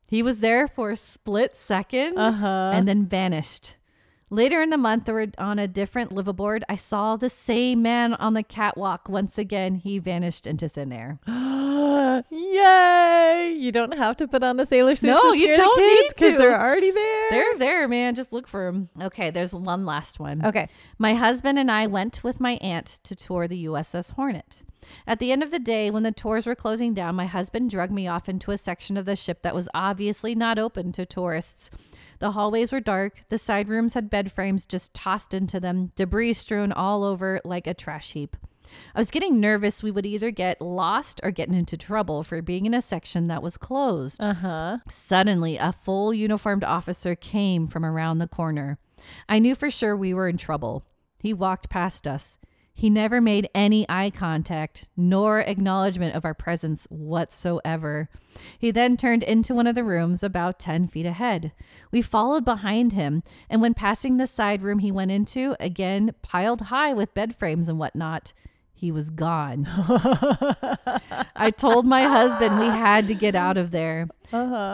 he was there for a split 2nd and then vanished. Later in the month, or on a different liveaboard, I saw the same man on the catwalk once again. He vanished into thin air.
Yay! You don't have to put on a sailor suit.
No,
to
you
scare
don't
the kids
need
'cause
to.
They're already there.
They're there, man. Just look for him. Okay, there's one last one.
okay.
My husband and I went with my aunt to tour the USS Hornet. At the end of the day, when the tours were closing down, my husband dragged me off into a section of the ship that was obviously not open to tourists. The hallways were dark, the side rooms had bed frames just tossed into them, debris strewn all over like a trash heap. I was getting nervous we would either get lost or get into trouble for being in a section that was closed.
Uh huh.
Suddenly, a full uniformed officer came from around the corner. I knew for sure we were in trouble. He walked past us. He never made any eye contact nor acknowledgement of our presence whatsoever. He then turned into one of the rooms about 10 feet ahead. We followed behind him, and when passing the side room he went into, again piled high with bed frames and whatnot, he was gone. I told my husband we had to get out of there.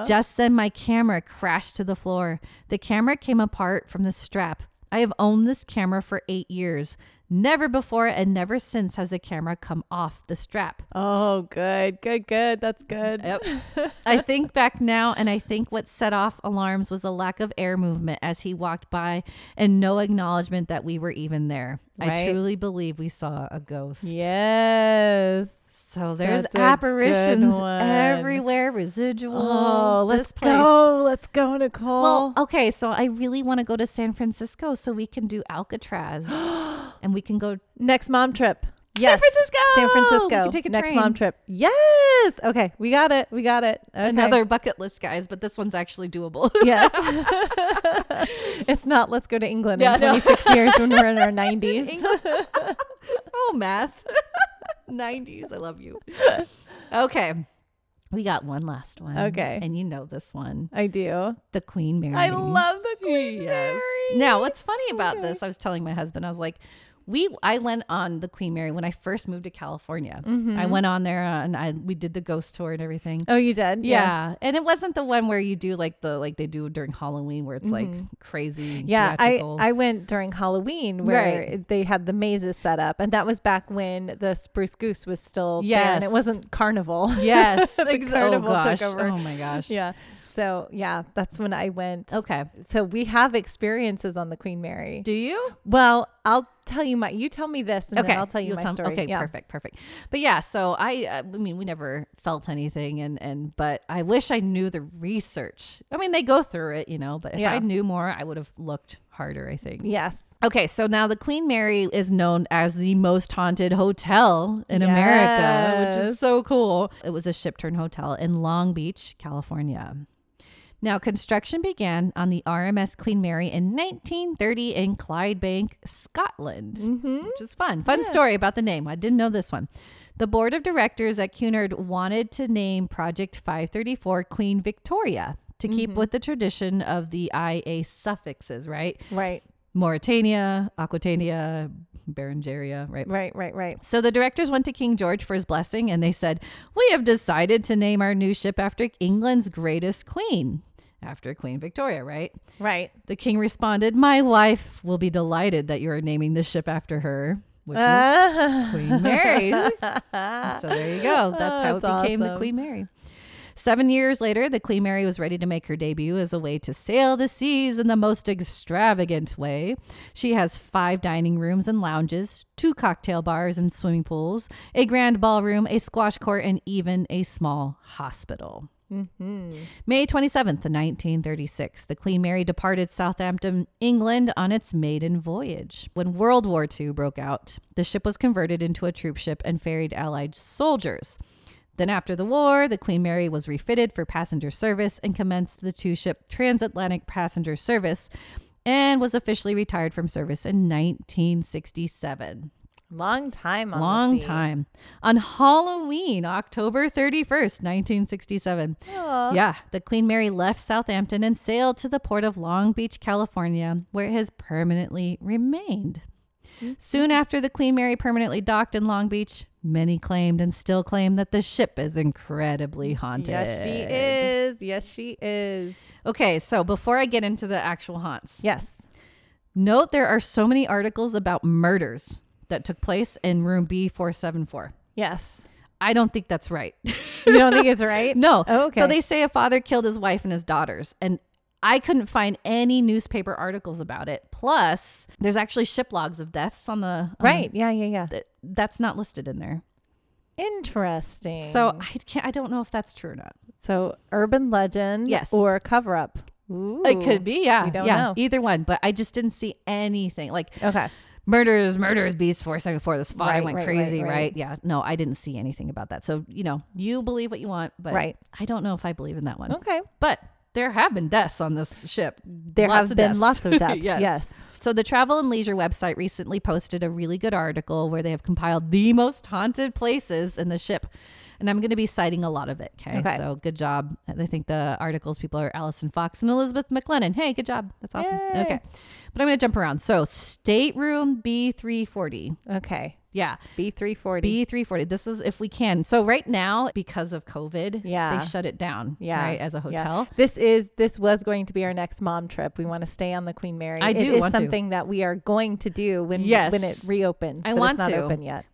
Just then, my camera crashed to the floor. The camera came apart from the strap. I have owned this camera for eight years. Never before and never since has the camera come off the strap.
Oh, good, good, good. That's good.
Yep. I think back now, and I think what set off alarms was a lack of air movement as he walked by and no acknowledgement that we were even there.
Right.
I truly believe we saw a ghost.
Yes.
So there's
That's a good
apparitions
one.
everywhere, residual.
Oh, let's
this place.
go. Let's go, Nicole.
Well, uh, okay, so I really want to go to San Francisco so we can do Alcatraz and we can go
Next mom trip. Yes.
Francisco!
San Francisco.
We can take a
Next
train.
mom trip. Yes. Okay. We got it. We got it. Okay.
another bucket list, guys, but this one's actually doable.
Yes. it's not let's go to England
Yeah,
in
no.
26 years when we're in our 90s.
oh, math. 90s, I love you. Okay. We got one last one.
Okay.
And you know this one.
I do.
The Queen Mary.
I love the Queen
Yes.
Mary.
Now, what's funny about this, I was telling my husband, I was like, we I went on the Queen Mary when I first moved to California. I went on there uh, and I we did the ghost tour and everything.
Oh, you did?
Yeah. And it wasn't the one where you do like the like they do during Halloween where it's like crazy.
Yeah, I,
theatrical.
I went during Halloween where
Right.
it- they had the mazes set up, and that was back when the Spruce Goose was still there, and it
Yes.
wasn't carnival.
Yes.
The
ex-
carnival
oh,
took
gosh.
over.
Oh my gosh.
yeah, so yeah, that's when I went.
Okay.
so we have experiences on the Queen Mary.
Oh. Do you?
well, I'll tell you my. You tell me this, and then I'll tell you
You'll
my
me-
story.
Okay,
yeah.
perfect, perfect. But yeah, so I, uh, I mean, we never felt anything, and and but I wish I knew the research. I mean, they go through it, you know. But if
Yeah.
I knew more, I would have looked harder. I think.
Yes.
Okay, so now the Queen Mary is known as the most haunted hotel in America, which
Yes.
is so cool. It was a ship turned hotel in Long Beach, California. Now, construction began on the RMS Queen Mary in 1930 in Clydebank, Scotland, which is fun. Fun story about the name. I didn't know this one. The board of directors at Cunard wanted to name Project 534 Queen Victoria to keep with the tradition of the IA suffixes, right?
Right.
Mauritania, Aquitania, Berengaria, right?
Right. Right. Right.
So the directors went to King George for his blessing and they said, We have decided to name our new ship after England's greatest queen, after Queen Victoria, right?
Right.
The king responded, My wife will be delighted that you are naming the ship after her, which
Uh,
is Queen Mary. so there you go. That's how
That's
it became
awesome.
the Queen Mary. Seven years later, the Queen Mary was ready to make her debut as a way to sail the seas in the most extravagant way. She has five dining rooms and lounges, two cocktail bars and swimming pools, a grand ballroom, a squash court, and even a small hospital. May 27th, 1936, the Queen Mary departed Southampton, England on its maiden voyage. When World War II broke out, the ship was converted into a troop ship and ferried Allied soldiers. Then, after the war, the Queen Mary was refitted for passenger service and commenced the two ship transatlantic passenger service and was officially retired from service in 1967
Long time. On the
long
sea.
time on halloween october 31st 1967 yeah the queen mary left southampton and sailed to the port of long beach california where it has permanently remained
Mm-hmm.
soon after the queen mary permanently docked in long beach many claimed and still claim that the ship is incredibly haunted
Yes, she is. Yes, she is.
okay so before i get into the actual haunts
Yes.
note there are so many articles about murders that took place in room b474
Yes.
I don't think that's right.
You don't think it's right?
no.
Oh, okay.
So they say a father killed his wife and his daughters. And I couldn't find any newspaper articles about it. Plus, there's actually ship logs of deaths on the. on the-
Right. Yeah. Yeah. Yeah.
th- that's not listed in there.
Interesting.
So I can't, I don't know if that's true or not.
so urban legend.
Yes.
Or cover up. Ooh.
It could be, yeah.
we don't
yeah,
know.
either one. But I just didn't see anything. Like,
Okay.
murders, murders, beast 474. This father
Right,
went
right,
crazy,
right,
right,
right.
Yeah. No, I didn't see anything about that. So, you know, you believe what you want, but
Right.
I don't know if I believe in that one.
Okay.
But there have been deaths on this ship.
There
Lots
have
of
been
deaths.
lots of deaths. yes.
Yes. So the Travel and Leisure website recently posted a really good article where they have compiled the most haunted places in the ship. And I'm going to be citing a lot of it. Okay.
Okay.
So good job. I think the articles people are Allison Fox and Elizabeth McLennan. Hey, good job. That's awesome.
Yay.
Okay. But I'm going to jump around. So stateroom B340.
Okay.
Yeah.
B three forty.
B340. This is if we can. So right now, because of COVID,
Yeah.
they shut it down.
Yeah.
Right. As a
Yeah.
hotel.
This is this was going to be our next mom trip. We want to stay on the Queen Mary.
I
It
do
is
want to.
something that we are going to do when
Yes.
when it reopens.
I
but
want
it's not
to.
open yet.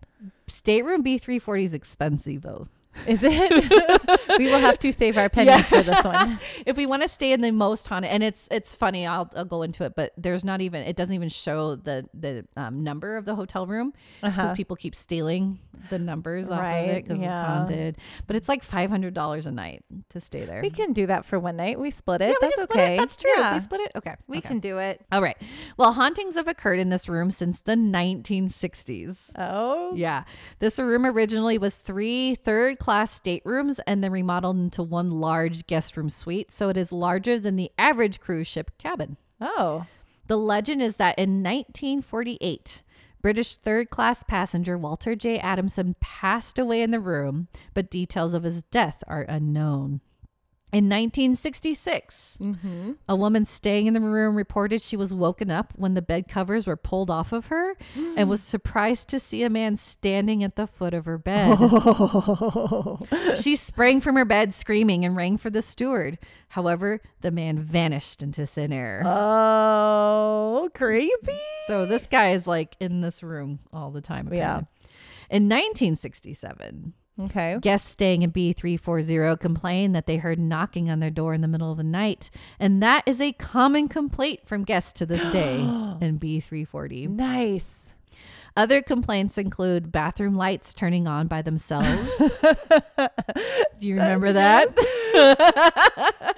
Stateroom B340 is expensive though.
Is it? we will have to save our pennies for this one.
if we want to stay in the most haunted and it's it's funny I'll, I'll go into it but there's not even it doesn't even show the the um, number of the hotel room because
Uh-huh.
people keep stealing the numbers off
Right,
of it because
yeah.
it's haunted but it's like $500 a night to stay there
We can do that for one night. We split it.
Yeah, we
That's
can split
okay.
it. that's true
Yeah.
we split it okay
We
okay.
can do it.
all right well hauntings have occurred in this room since the 1960s
Oh.
yeah. This room originally was three third class staterooms and then remodeled into one large guest room suite. So it is larger than the average cruise ship cabin.
Oh.
The legend is that in 1948, British third class passenger Walter J. Adamson passed away in the room, but details of his death are unknown. In 1966, a woman staying in the room reported she was woken up when the bed covers were pulled off of her and was surprised to see a man standing at the foot of her bed.
Oh.
She sprang from her bed screaming and rang for the steward. However, the man vanished into thin air.
Oh, creepy.
So this guy is like in this room all the time.
Yeah.
apparently. In 1967,
Okay.
guests staying in B340 complained that they heard knocking on their door in the middle of the night, and that is a common complaint from guests to this day in B340.
Nice.
Other complaints include bathroom lights turning on by themselves. Do you remember that?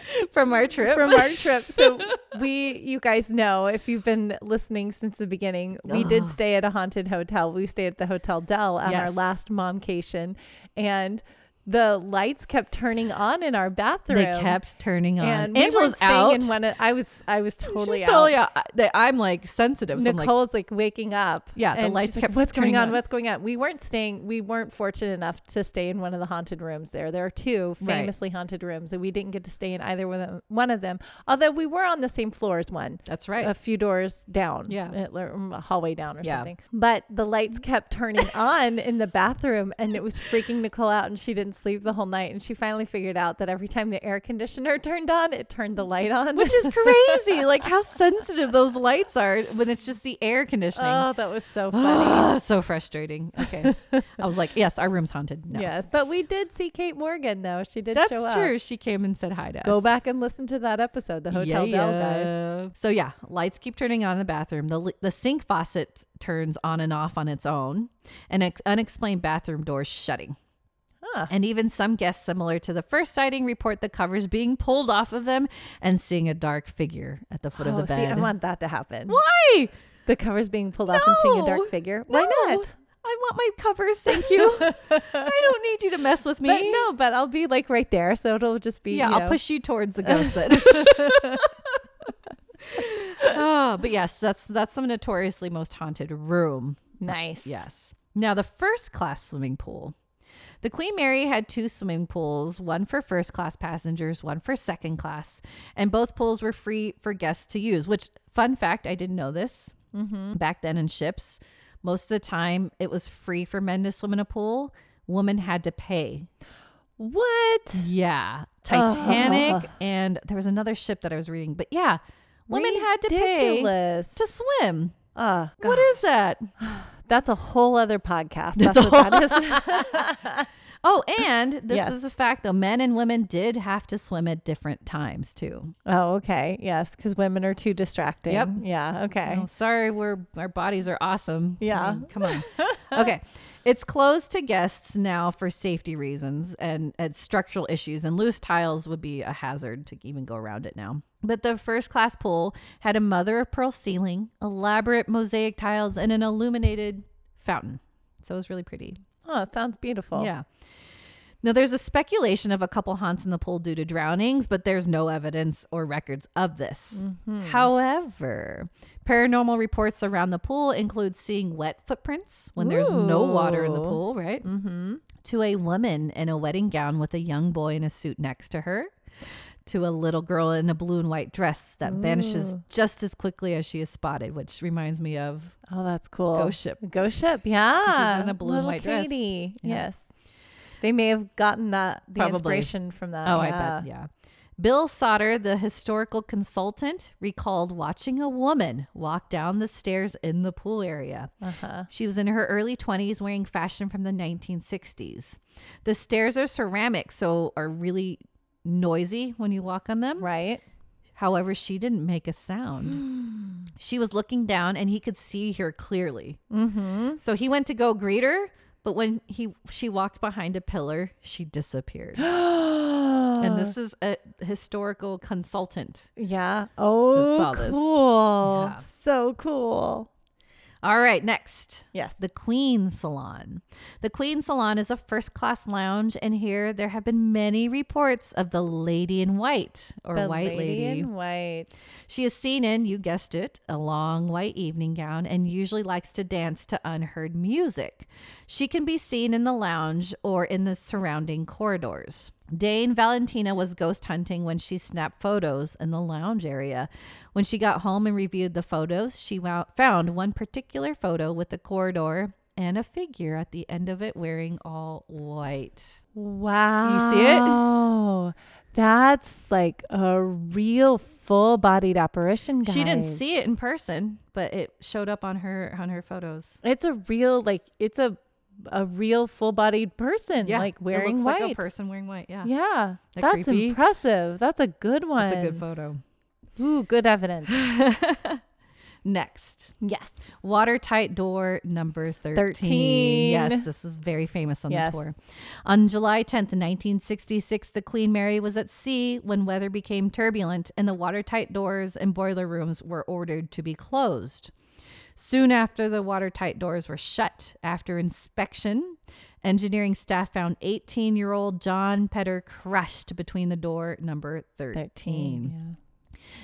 From our trip.
From our trip. So we you guys know if you've been listening since the beginning, we did stay at a haunted hotel. We stayed at the Hotel Dell on our
Yes.
last momcation and the lights kept turning on in our bathroom.
they kept turning on.
and we
Angela's
weren't staying
out.
in one of- I was I was totally
She's
out.
totally out. They- I'm like sensitive. So I'm like,
Nicole's like waking up.
Yeah, the
and
lights
she's like,
kept
What's going
turning
on?
on."
What's going on? We weren't staying. We weren't fortunate enough to stay in one of the haunted rooms. There, there are two
Right.
famously haunted rooms, and we didn't get to stay in either one of them. One of them, although we were on the same floor as one.
that's right.
A few doors down,
Yeah.
uh, or, um, a hallway down or
Yeah.
something. But the lights kept turning on in the bathroom, and it was freaking Nicole out, and she didn't sleep the whole night. And she finally figured out that every time the air conditioner turned on, it turned the light on.
Which is crazy. like how sensitive those lights are when it's just the air conditioning.
oh, that was so funny.
Ugh, so frustrating. Okay. I was like, yes, our room's haunted. No.
Yes, but we did see Kate Morgan though. She did
That's
show up.
true. She came and said hi to us.
Go back and listen to that episode, the Hotel Del guys.
guys. So yeah, lights keep turning on in the bathroom. The li- the sink faucet turns on and off on its own, and ex- unexplained bathroom doors shutting.
Huh.
And even some guests similar to the first sighting report the covers being pulled off of them and seeing a dark figure at the foot of
Oh,
the
see, I
bed.
want that to happen.
Why?
The covers being pulled off and seeing a
No.
dark figure. Why
No.
not?
I want my covers, thank you. I don't need you to mess with me.
But no, but I'll be like right there, so it'll just be
Yeah,
you
I'll
know-
push you towards the ghost then. oh, but yes, that's that's the notoriously most haunted room.
Nice.
Yes. Now the first class swimming pool. The Queen Mary had two swimming pools, one for first class passengers, one for second class, and both pools were free for guests to use. Which fun fact, I didn't know this
Mm-hmm.
back then in ships. Most of the time, it was free for men to swim in a pool. Women had to pay
What?
yeah. Titanic and there was another ship that I was reading. But yeah, women had to pay
Ridiculous.
to swim.
Ah, God.
What is that?
That's a whole other podcast. That's, what that is.
Oh, and this
Yes.
is a fact though, men and women did have to swim at different times too.
oh, okay. Yes, because women are too distracting.
Yep.
Yeah. Okay.
Oh, sorry, we're our bodies are awesome.
Yeah.
Mm, come on. okay. It's closed to guests now for safety reasons and, and structural issues, and loose tiles would be a hazard to even go around it now. But the first class pool had a mother of pearl ceiling, elaborate mosaic tiles, and an illuminated fountain. So it was really pretty.
Oh, it sounds beautiful.
Yeah. Now, there's a speculation of a couple haunts in the pool due to drownings, but there's no evidence or records of this.
Mm-hmm.
However, paranormal reports around the pool include seeing wet footprints when there's no water in the
Ooh.
pool, right? Mm-hmm. To a woman in a wedding gown with a young boy in a suit next to her. To a little girl in a blue and white dress that vanishes just as quickly as she is spotted, which reminds me of
Oh, that's cool.
Ghost ship.
Ghost ship, yeah.
in a blue and
Little
white dress.
Katie.
Yeah.
Yes. They may have gotten that the
Probably.
inspiration from that.
Oh,
yeah.
I bet. Yeah. Bill Sauter, the historical consultant, recalled watching a woman walk down the stairs in the pool area.
Uh-huh.
She was in her early 20s wearing fashion from the 1960s. The stairs are ceramic, so are really noisy when you walk on them.
Right.
However, she didn't make a sound. she was looking down and he could see her clearly.
Mm-hmm.
So he went to go greet her, but when he she walked behind a pillar, she disappeared
Uh.
and this is a historical consultant.
yeah. Oh,
all this.
cool.
Yeah.
So cool.
All right, next.
Yes.
The Queen Salon. The Queen Salon is a first class lounge, and here there have been many reports of the lady in white or
The
white lady.
in white.
She is seen in, you guessed it, a long white evening gown and usually likes to dance to unheard music. She can be seen in the lounge or in the surrounding corridors. Dane Valentina was ghost hunting when she snapped photos in the lounge area. When she got home and reviewed the photos, she wou- found one particular photo with a corridor and a figure at the end of it wearing all white.
Wow.
see it?
Oh, that's like a real full bodied apparition. Guys.
She didn't see it in person, but it showed up on her on her photos.
It's a real, like, it's a a real full bodied person, like
it
wearing
looks
white.
like a person wearing white. Yeah,
Yeah.
That
that's
creepy?
impressive. That's a good one.
that's a good photo.
Ooh, good evidence.
Next,
yes.
watertight door number 13.
13.
Yes, this is very famous on
Yes.
the tour. On July 10th, 1966, the Queen Mary was at sea when weather became turbulent and the watertight doors and boiler rooms were ordered to be closed. Soon after the watertight doors were shut after inspection, engineering staff found 18 year old John Petter crushed between the door number 13.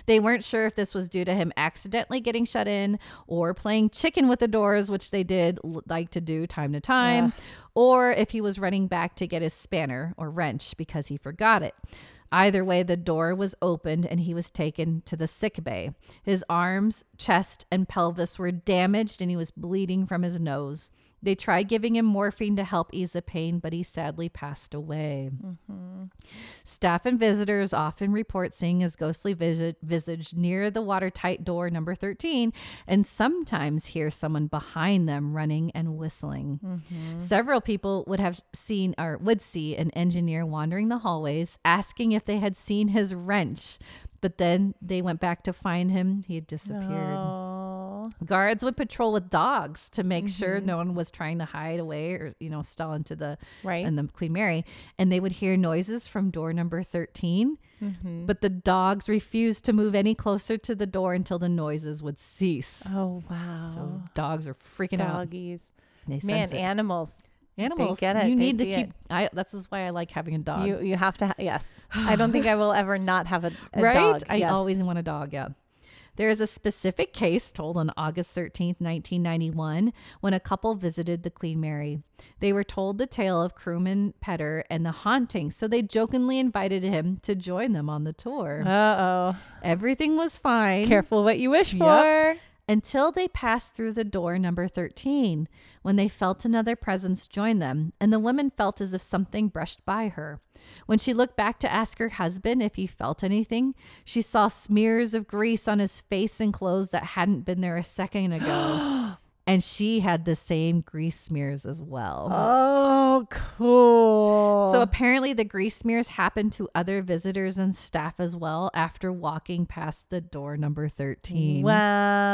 They weren't sure if this was due to him accidentally getting shut in or playing chicken with the doors, which they did l- like to do time to time, or if he was running back to get his spanner or wrench because he forgot it. Either way, the door was opened and he was taken to the sick bay. His arms, chest, and pelvis were damaged and he was bleeding from his nose. They tried giving him morphine to help ease the pain, but he sadly passed away. Staff and visitors often report seeing his ghostly visi- visage near the watertight door number 13 and sometimes hear someone behind them running and whistling. Several people would have seen or would see an engineer wandering the hallways asking if they had seen his wrench, but then they went back to find him. He had disappeared.
Oh.
Guards would patrol with dogs to make sure no one was trying to hide away or you know stall into the
Right.
and the Queen Mary, and they would hear noises from door number 13.
Mm-hmm.
But the dogs refused to move any closer to the door until the noises would cease.
Oh wow.
So dogs are freaking out.
Doggies.
They
Man,
sense it.
animals.
animals.
get it.
You
They
need to
see
keep.
it.
I, that's just why I like having a dog.
You you have to ha- yes. I don't think I will ever not have a, a
right?
dog.
I
Yes.
always want a dog. Yeah. There is a specific case told on August 13th, 1991, when a couple visited the Queen Mary. They were told the tale of crewman Petter and the haunting, so they jokingly invited him to join them on the tour.
Uh oh.
Everything was fine
Careful what you wish
Yep.
for.
until they passed through the door number 13, when they felt another presence join them, and the woman felt as if something brushed by her. When she looked back to ask her husband if he felt anything, she saw smears of grease on his face and clothes that hadn't been there a second ago. and she had the same grease smears as well.
Oh, cool.
So apparently, the grease smears happened to other visitors and staff as well after walking past the door number 13.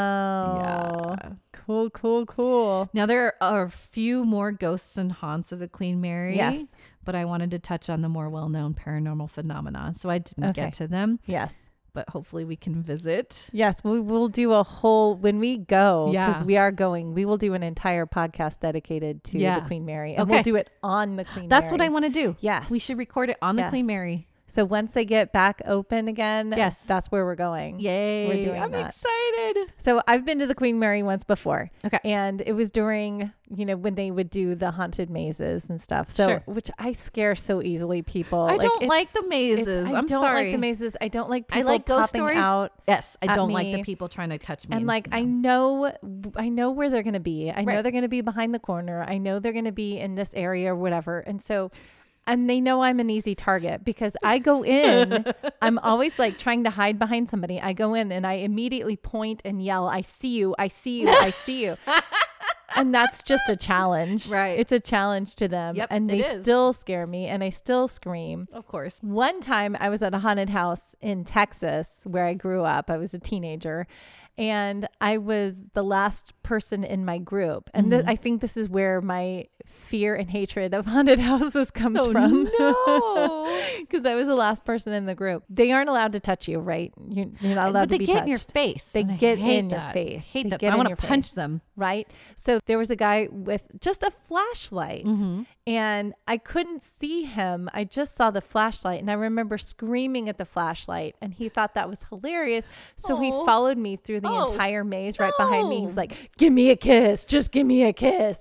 wow.
Yeah.
Cool, cool, cool.
Now there are a few more ghosts and haunts of the Queen Mary.
Yes.
But I wanted to touch on the more well-known paranormal phenomena, so I didn't
Okay.
get to them.
Yes.
But hopefully we can visit.
Yes, we will do a whole when we go because
Yeah.
we are going. We will do an entire podcast dedicated to
Yeah.
the Queen Mary, and we'll
Okay.
do it on the Queen.
That's what I
Mary.
want to do.
Yes.
we should record it on the
Yes.
Queen Mary.
So once they get back open again,
Yes.
that's where we're going.
Yay!
doing
I'm
that.
excited.
So I've been to the Queen Mary once before.
Okay.
And it was during, you know, when they would do the haunted mazes and stuff. So,
Sure.
which I scare so easily people.
I don't
it's-
like the
it's-
mazes.
I
I'm
don't
sorry.
like the mazes. I don't like people
I like ghost
popping
stories.
out.
yes, I
at
don't like
me.
the people trying to touch me.
And like I know I know where they're going to be. I know
Right.
they're going to be behind the corner. I know they're going to be in this area or whatever. And so and they know I'm an easy target because I go in. I'm always like trying to hide behind somebody. I go in and I immediately point and yell, "I see you. I see you. I see you." And that's just a challenge.
Right.
It's a challenge to them.
Yep,
and
it
they
is.
still scare me and I still scream.
of course.
One time I was at a haunted house in Texas where I grew up. I was a teenager and I was the last person in my group. And th-
Mm-hmm.
I think this is where my fear and hatred of haunted houses comes from.
Oh, no.
Because I was the last person in the group. They aren't allowed to touch you, right? You, you're not allowed
but they
to be
get
touched.
in your face.
They
and I
get
hate
in your
that.
face.
I hate
They
that.
get
So I
in
want
your
to
face.
punch them.
right? So there was a guy with just a flashlight
Mm-hmm.
and I couldn't see him. I just saw the flashlight and I remember screaming at the flashlight and he thought that was hilarious. So he
Oh.
followed me through the
Oh,
entire maze right behind me. He
no.
was like, "Give me a kiss. Just give me a kiss."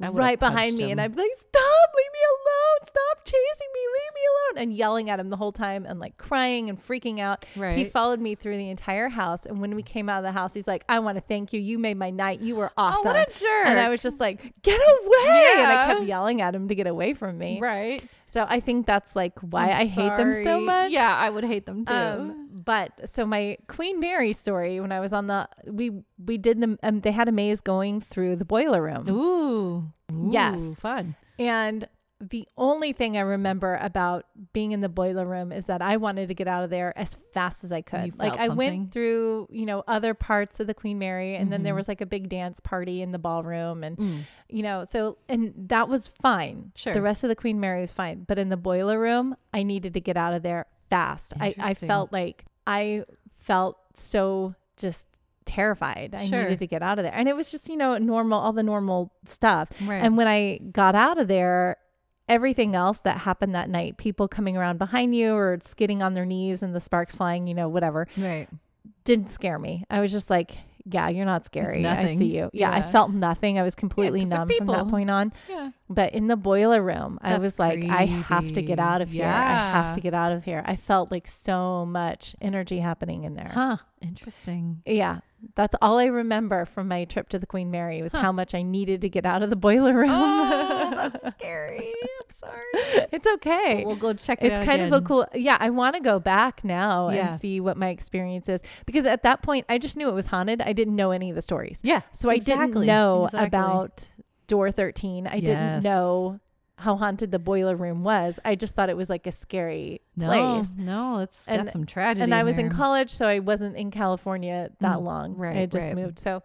I would've
Right behind
punched
me and
him.
I'd be like, "Stop, leave me alone. Stop chasing me. Leave me alone." And yelling at him the whole time and like crying and freaking out. He
Right.
followed me through the entire house and when we came out of the house, he's like, "I want to thank you. You made my night. You were awesome."
Oh, what a
And I
jerk.
was just like, get away. And I
Yeah.
kept yelling at him to get away from me.
Right.
So I think that's like why
I'm
i hate them so
sorry.
much.
Yeah, I would hate them too.
Um, but so my Queen Mary story when I was on the we we did the um, they had a maze going through the boiler room
Ooh.
Yes.
Ooh, Fun.
and the only thing I remember about being in the boiler room is that I wanted to get out of there as fast as I
You
could. Like
felt
I
something. Mm-hmm.
went through, you know, other parts of the Queen Mary and then there was like a big dance party in the ballroom and you know, so and that was fine.
Sure.
Mm. The rest of the Queen Mary was fine. But in the boiler room, I needed to get out of there fast. I, I
Interesting.
felt like I felt so just terrified. I
Sure.
needed to get out of there. And it was just, you know, normal all the normal stuff.
Right.
And when I got out of there, everything else that happened that night, people coming around behind you or skidding on their knees and the sparks flying, you know, whatever,
Right.
didn't scare me. I was just like, yeah, you're not scary. I
nothing.
see you. Yeah, I
Yeah.
felt nothing. I was completely
'cause they're
numb from that
people.
point on.
Yeah.
But in the boiler room, I
That's
was like, I have to get
creepy.
out of here. I have
Yeah.
to get out of here. I felt like so much energy happening in there.
Huh. Interesting.
Yeah. That's all I remember from my trip to the Queen Mary was how much I needed to get out of the boiler room.
Oh, that's scary. I'm sorry.
it's okay.
We'll go check it
it's
out
kind of a
again.
cool yeah i want to go back now
Yeah.
and see what my experience is because at that point i just knew it was haunted i didn't know any of the stories
Yeah.
so i didn't
exactly,
know
exactly.
about door 13 i didn't
Yes.
know how haunted the boiler room was i just thought it was like a scary
no,
place
No, it's got
And-
some tragedy.
and i was in
there.
college so i wasn't in california that
Mm,
long
right,
i had just
right.
moved so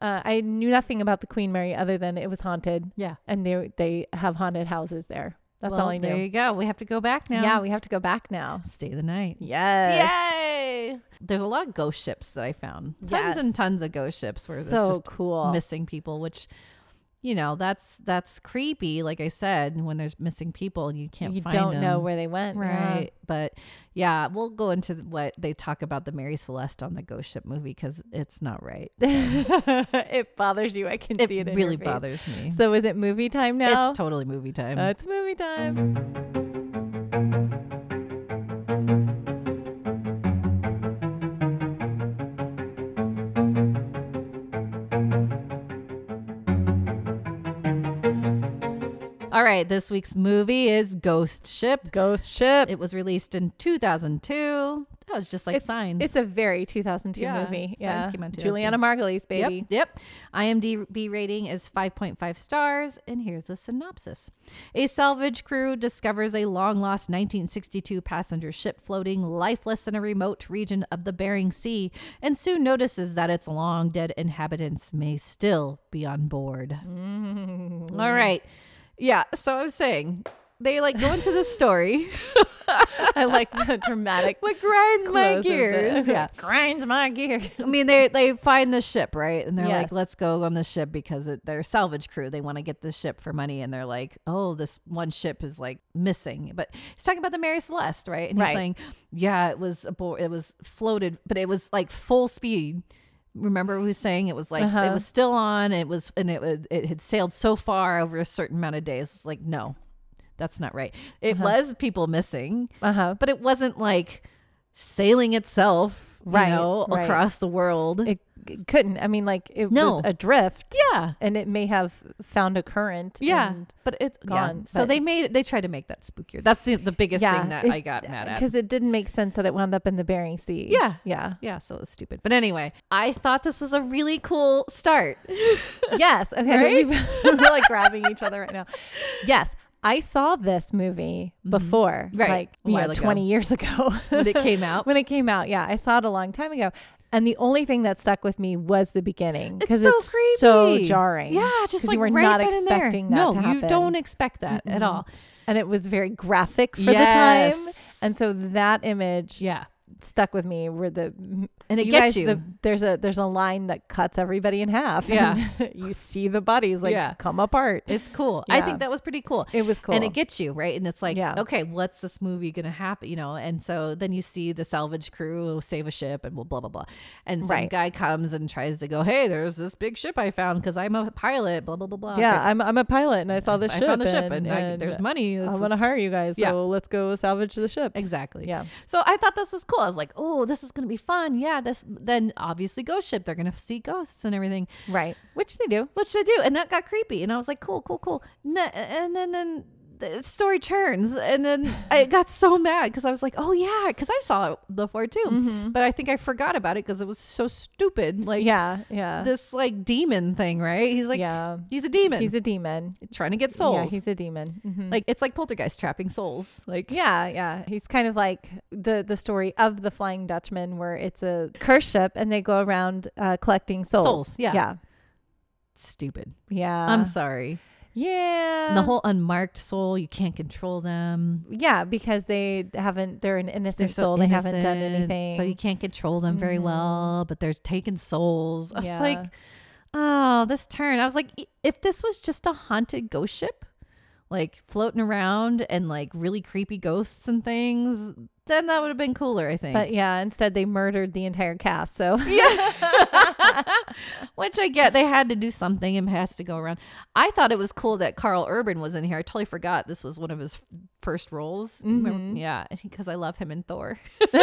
uh, i knew nothing about the queen mary other than it was haunted
Yeah.
and they they have haunted houses there that's
Well,
all i
There
knew
you go. We have to go back now.
yeah we have to go back now
Stay the night.
yes
Yay! There's a lot of ghost ships that I found. Tons
Yes.
and tons of ghost ships where
so
it's just
cool.
missing people, which you know that's that's creepy. Like I said, when there's missing people and you can't
you
find
don't know
them.
where they went, yeah.
right but yeah we'll go into what they talk about the mary celeste on the ghost ship movie because it's not right
it bothers you. I can
it,
see it. In
really
your face.
bothers me
So is it movie time now?
it's totally movie time
Uh, it's movie
Um,
time.
all right this week's movie is ghost ship
Ghost ship.
it was released in 2002 that was just like
it's,
signs
It's a very 2002
Yeah,
movie.
Signs
Yeah.
came out in 2002.
Juliana Margulies,
Yep,
baby.
Yep. IMDb rating is 5.5 stars. And here's the synopsis A salvage crew discovers a long lost 1962 passenger ship floating lifeless in a remote region of the Bering Sea and soon notices that its long dead inhabitants may still be on board. Mm-hmm. All right. Yeah. So I'm saying they like go into this story.
I like the dramatic
what grinds my
close of the-
gears. Yeah.
Grinds my gear.
I mean, they they find the ship, right? And they're
Yes.
like, "Let's go on the ship because it, they're salvage crew. They want to get the ship for money." And they're like, "Oh, this one ship is like missing." But he's talking about the Mary Celeste, right? And
Right.
he's saying, "Yeah, it was aboard. It was floated, but it was like full speed." Remember, we was saying it was like
Uh-huh.
it was still on. It was and it was it had sailed so far over a certain amount of days. It's like no, that's not right. It
Uh-huh.
was people missing
Uh huh.
but it wasn't like sailing itself you
Right,
know,
right.
across the world
It, it couldn't. I mean, like it
No.
was adrift.
yeah
And it may have found a current.
yeah
and-
but it's gone
gone,
so
but-
they made they tried to make that spookier that's the, the biggest thing that
it-
i got mad at
because it didn't make sense that it wound up in the Bering Sea.
Yeah.
yeah,
yeah so it was stupid but anyway i thought this was a really cool start
yes. Okay,
Right?
we've- we're like grabbing each other right now. Yes, I saw this movie before,
Mm-hmm. Right.
like
A
you
while
know,
ago.
twenty years ago
when it came out
when it came out. Yeah, I saw it a long time ago, And the only thing that stuck with me was the beginning
It's
because
so
it's so
creepy.
jarring.
Yeah, just
'Cause
like
you were
right
not
then and there.
expecting that
no,
to
you
happen.
don't expect that at
Mm-mm.
all.
and it was very graphic for the time.
Yes.
And so that image
Yeah,
stuck with me. Where the
and it
you
gets
guys,
you.
The, there's a there's a line that cuts everybody in half.
Yeah.
And you see the bodies like
Yeah.
come apart.
it's cool. I
Yeah.
think that was pretty cool.
It was cool.
And it gets you right, and it's like,
Yeah.
okay, what's this movie gonna happen? You know, and so then you see the salvage crew save a ship, and blah blah blah, and some
Right.
guy comes and tries to go, hey, there's this big ship I found because I'm a pilot, blah blah blah blah.
yeah,
Okay.
I'm I'm a pilot and I saw the
I
ship.
found the ship,
and,
and, I, there's money.
I
This
want to
is-
hire you guys, so
Yeah.
let's go salvage the ship.
Exactly.
Yeah.
So I thought this was cool. I was like, oh, this is gonna be fun. Yeah. This then obviously ghost ship. They're gonna see ghosts and everything,
Right. Which they do.
which they do. And that got creepy. And I was like, cool, cool, cool. And then and then, then the story turns, and then I got so mad because I was like, oh yeah, because I saw it before too, but I think I forgot about it because it was so stupid. Like
Mm-hmm. Yeah. Yeah.
this like demon thing, right? He's like,
yeah.
he's a demon.
He's a demon.
trying to get souls.
Yeah, he's a demon. Mhm.
like it's like poltergeist trapping souls. Like
Yeah, yeah. He's kind of like the the story of the Flying Dutchman, where it's a curse ship and they go around uh, collecting souls.
Souls, yeah.
yeah,
stupid.
yeah.
I'm sorry.
yeah.
And the whole unmarked soul, you can't control them.
yeah, because they haven't. They're an innocent
They're so
soul. They haven't done
innocent,
anything.
So you can't control them very
Mhm.
well, but they're taking souls. I
Yeah.
was like, oh, this turn. I was like, "I- if this was just a haunted ghost ship, like floating around and like really creepy ghosts and things, then that would have been cooler, I think.
but yeah, instead they murdered the entire cast. So
Which I get. They had to do something and has to go around. I thought it was cool that Carl Urban was in here. I totally forgot this was one of his f- first roles. Remember- Yeah, because I love him in Thor. so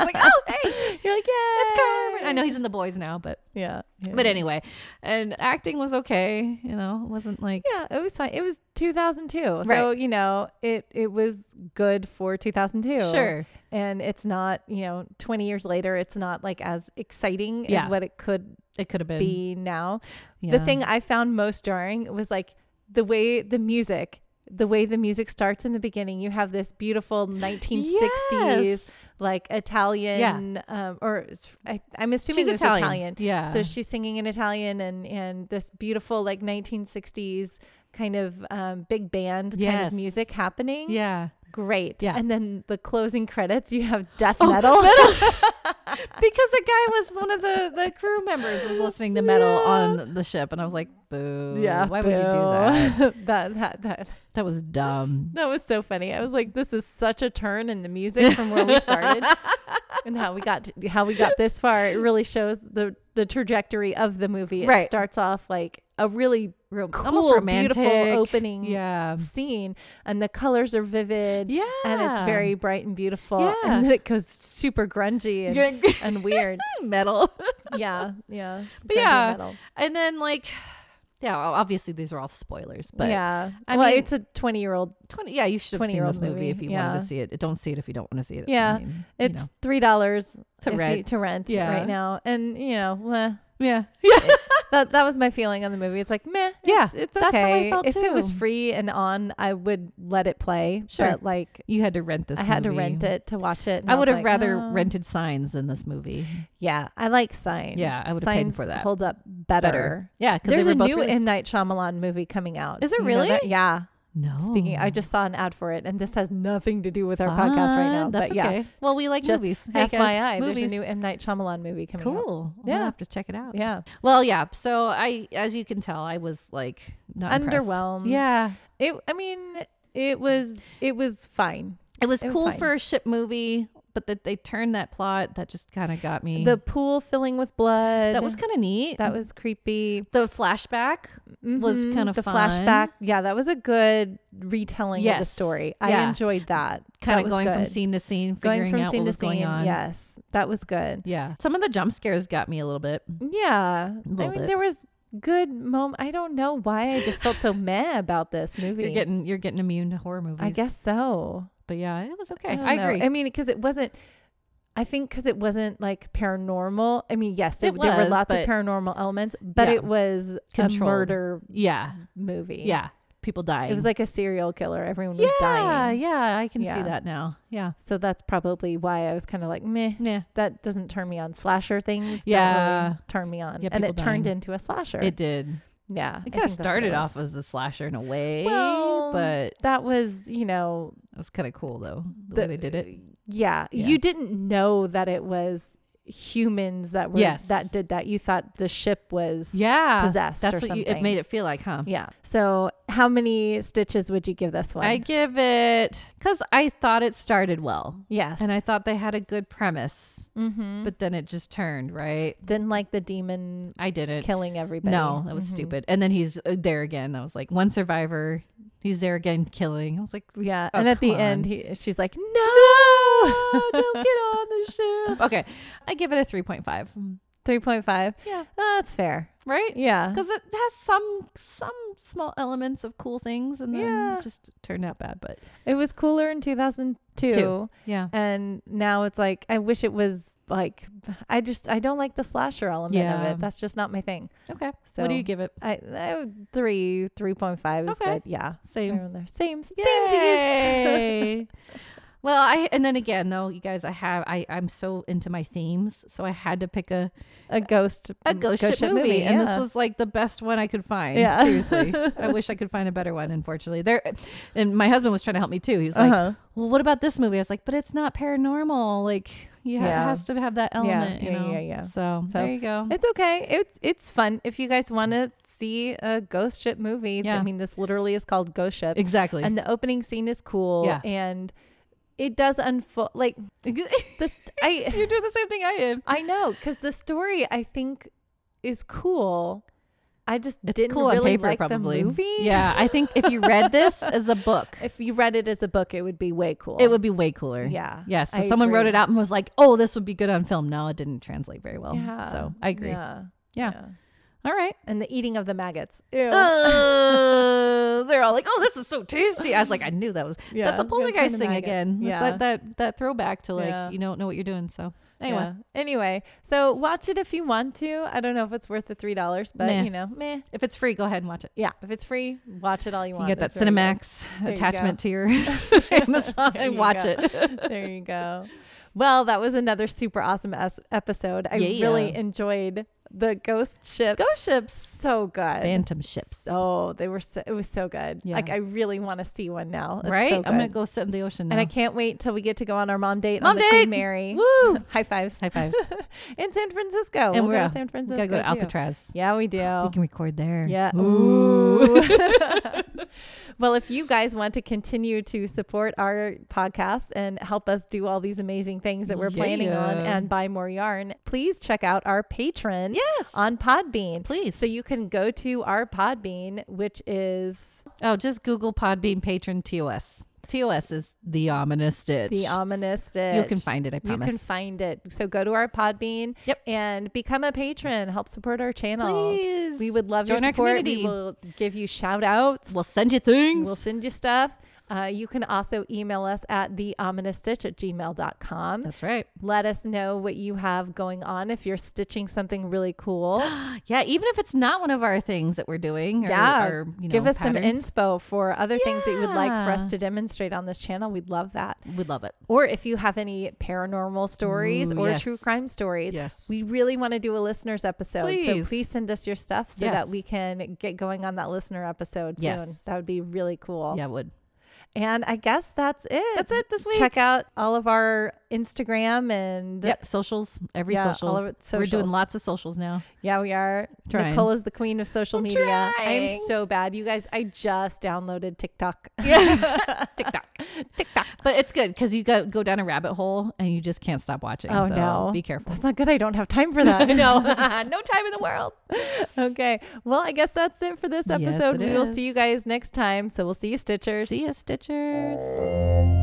Mm-hmm. I was like, oh, hey,
you're like, yeah,
it's Carl Urban. I know he's in The Boys now, but
Yeah, yeah.
but anyway, and acting was okay. You know, it wasn't like
Yeah, it was fine. It was 2002, so
Right.
you know it it was good for 2002.
sure.
and it's not you know 20 years later it's not like as exciting
Yeah.
as what it could
It could have been
be now the
yeah.
thing i found most jarring was like the way the music the way the music starts in the beginning you have this beautiful 1960s
Yes.
like italian um, or it's- I, i'm assuming
She's
it's
Italian.
italian
Yeah.
so she's singing in Italian and and this beautiful like 1960s kind of um, big band kind
Yes.
of music happening.
yeah.
Great.
Yeah.
And then the closing credits, you have death metal.
Oh, because the guy was one of the the crew members was listening to metal
Yeah.
on the ship, and I was like, boo.
yeah.
why would you do that?
that? that that that
That was dumb.
that was so funny. I was like, this is such a turn in the music from where we started and how we got to, how we got this far. It really shows the the trajectory of the movie. It
Right.
starts off like a really
Real,
cool, beautiful opening
Yeah,
scene, and the colors are vivid.
yeah,
and it's very bright and beautiful.
Yeah.
And then it goes super grungy and,
You're-
and weird.
metal.
yeah, yeah.
But
grungy
yeah,
metal.
and then like, yeah, well, obviously these are all spoilers, but yeah,
yeah.
I
well,
mean-
it's a twenty-year-old.
twenty. Yeah, you should have seen
20-year-old
this movie,
movie,
if you
yeah.
wanted to see it. Don't see it if you don't want to see it. I
Yeah,
mean, you
It's three dollars
To rent.
to rent
Yeah.
right now, and you know, meh.
know. yeah, yeah,
that that was my feeling on the movie. It's like meh.
Yeah,
it's, it's okay.
that's how I felt
if it was
too.
free and on, I would let it play.
Sure.
But like,
you had to rent this.
I had to
movie.
rent it to watch it. and
I
was
would have
like,
rather
"Oh."
rented signs than this movie.
Yeah, I like Signs.
Yeah, I would have paid
Signs
for that.
Holds up better.
Yeah, because
There's
they were
a
both
new
released-
M Night Shyamalan movie coming out.
Is it
You know
really?
that? Yeah.
no.
Speaking, I just saw an ad for it, and this has nothing to do with our podcast right now.
Oh. Fun. That's
but yeah,
okay. Well, we like
Just
movies. Hey,
FYI,
guys,
there's
movies.
a new M Night Shyamalan movie coming out.
cool. Yeah,
Yeah.
have to check it out.
Yeah,
Well, yeah. So I, as you can tell, I was like not impressed.
underwhelmed.
Yeah,
it. I mean, it was it was fine.
it was
It was
cool
fine.
for a ship movie, but that they turned that plot that just kind of got me.
The pool filling with blood.
that was kind of neat.
that was creepy.
the flashback was
Mhm.
kind of
the flashback. Yeah, that was a good retelling of the
Yes.
story. I
Yeah.
enjoyed that.
Kind
That
of
was
going from
good.
scene to scene, figuring
going from
out
scene
what
to
was going
scene.
on.
Yes, that was good.
yeah. Some of the jump scares got me a little bit.
Yeah. I
little
mean,
bit.
there was good moment. I don't know why I just felt so meh about this movie.
You're getting you're getting immune to horror movies.
I guess so.
but yeah, it was okay.
don't
I,
know.
agree.
I mean, because it wasn't. I think because it wasn't like paranormal. I mean, yes, it,
It
there were
was,
lots of
but-
paranormal elements, but
Yeah.
it was
Controlled.
a murder
yeah,
movie.
yeah, people dying.
It was like a serial killer. Everyone
yeah,
was dying.
yeah, I can
Yeah.
see that now. Yeah,
So that's probably why I was kind of like, meh.
yeah,
That doesn't turn me on. Slasher things, don't
Yeah.
really turn me on.
Yeah,
and it
people
turned
dying.
into a slasher.
it did.
yeah, I
It
think
kind of
that's what
started
was.
off as a slasher in a way,
Well,
but it
That was, you know,
was kind of cool though the, way
the-
they did it.
Yeah,
Yeah.
you didn't know that it was humans that were
Yes.
that did that. You thought the ship was
Yeah,
possessed
That's
or
what
something.
You, it made it feel like, huh?
Yeah. So, how many stitches would you give this one?
I give it because I thought it started well,
yes.
and I thought they had a good premise,
Mhm.
but then it just turned right.
didn't like the demon
I didn't.
killing everybody. Mm-hmm.
No, that was stupid. And then he's uh, there again. I was like, one survivor. He's there again, killing. I was like,
Yeah.
Oh,
and at the
come
end,
on.
he, she's like, "No."
oh, don't get on the ship. Okay, I give it a three point five.
3.5.
Yeah,
Oh, That's fair.
right.
Yeah.
Because it has some some small elements of cool things, and then
Yeah.
it just turned out bad. But
It was cooler in 2002.
Two. yeah,
and now it's like I wish it was like I just I don't like the slasher element
Yeah.
of it. That's just not my thing.
okay.
So
what do you give it?
I, I would- three three point five is
Okay.
good. Yeah,
Same.
around there. Same,
Yay. well, I and then again though, you guys, I have I I'm so into my themes, so I had to pick a
A Mm, ghost
a ghost, ship, movie, and this was like the best one I could find.
Yeah.
Seriously, I wish I could find a better one. Unfortunately, there, and my husband was trying to help me too. He was like, um,
uh
"Well, what about this movie?" I was like, "But it's not paranormal. Like, yeah,
Yeah.
it has to have that element.
yeah,
you know?
yeah, yeah.
So,
So,
there you go.
It's okay. It's it's fun. If you guys want to see a ghost ship movie,
Yeah.
I mean this literally is called Ghost Ship,
exactly.
and the opening scene is cool.
Yeah.
and it does unfold like this. I
You're doing the same thing I am.
I know, because the story I think is cool. I just
It's
didn't
cool on
really
paper,
like
probably.
the movie.
Yeah, I think if you read this as a book,
if you read it as a book, it would be way cool.
it would be way cooler.
Yeah.
Yes. so
I
someone wrote
agree.
it out and was like, "Oh, this would be good on film." No, it didn't translate very well.
Yeah.
So I agree.
Yeah.
Yeah. All right.
And the eating of the maggots. Ew.
Uh, they're all like, "Oh, this is so tasty." I was like, "I knew that was
Yeah,
that's a
it's gonna turn
poltergeist
to
thing
maggots.
again."
Yeah.
Yeah, that, that that throwback to like
Yeah.
you don't know what you're doing. So anyway,
Yeah. Anyway, so watch it if you want to. I don't know if it's worth the three dollars, but
Meh.
you know, meh.
if it's free, go ahead and watch it.
Yeah. If it's free, watch it all you
You
want.
get that
It's really
Cinemax
you
attachment
go.
to your Amazon
There
and
you
watch
go.
it.
good. there you go. Well, that was another super awesome es- episode. I
Yeah.
really enjoyed the ghost ships.
Ghost ships,
so good.
phantom ships.
Oh, they were so, it was so good.
Yeah.
Like I really want to see one now. It's so
right, I'm gonna
good.
go sit in the ocean. Now.
And I can't wait till we get to go on our mom date
Mom
on the Queen
date!
Mary.
Woo!
High fives
High fives.
in San Francisco.
And
we'll
we're
go to
out.
San
we
Francisco.
gotta go to
too.
Alcatraz.
Yeah, we do.
We can record there.
yeah.
Ooh.
Ooh. well, if you guys want to continue to support our podcast and help us do all these amazing things that we're planning on
Yeah.
and buy more yarn, please check out our patron
Yes.
on Podbean.
Please.
Um, So you can go to our Podbean, which is
Oh, just Google Podbean patron TOS. TOS is the ominous stitch.
the ominous stitch.
you can find it, I promise.
You can find it. So go to our Podbean
Yep.
and become a patron. Help support our channel.
Please.
We would love
Join
your
our
support.
community.
We will give you shout outs.
We'll send you things.
We'll send you stuff. Uh, you can also email us at theominousstitch at gmail.com.
That's right.
Let us know what you have going on if you're stitching something really cool.
Yeah, even if it's not one of our things that we're doing. Or,
yeah.
or, you know,
Give us
patterns,
some inspo for other things that you would like for us
Yeah.
to demonstrate on this channel. We'd love that.
We'd love it.
Or if you have any paranormal stories
Ooh,
or
yes.
true crime stories,
Yes.
we really want to do a listeners episode. So
Please.
please send us your stuff so that
Yes.
we can get going on that listener episode soon.
Yes.
That would be really cool.
Yeah, it would.
And I guess that's it.
That's it this week.
Check out all of our Instagram and
Yep, socials. Every
Yeah, all
socials.
of it's
We're doing
socials.
lots of socials now.
yeah, we are.
Trying.
Nicole is the queen of social media. I am
trying.
so bad. You guys, I just downloaded TikTok.
Yeah. TikTok. TikTok. But it's good because you go, go down a rabbit hole and you just can't stop watching.
Oh,
so
no.
Be careful.
That's not good. I don't have time for that.
no, no time in the world.
okay. Well, I guess that's it for this
Yes,
episode.
it
we will
is.
see you guys next time. So we'll see you, Stitchers.
See ya, Stitchers.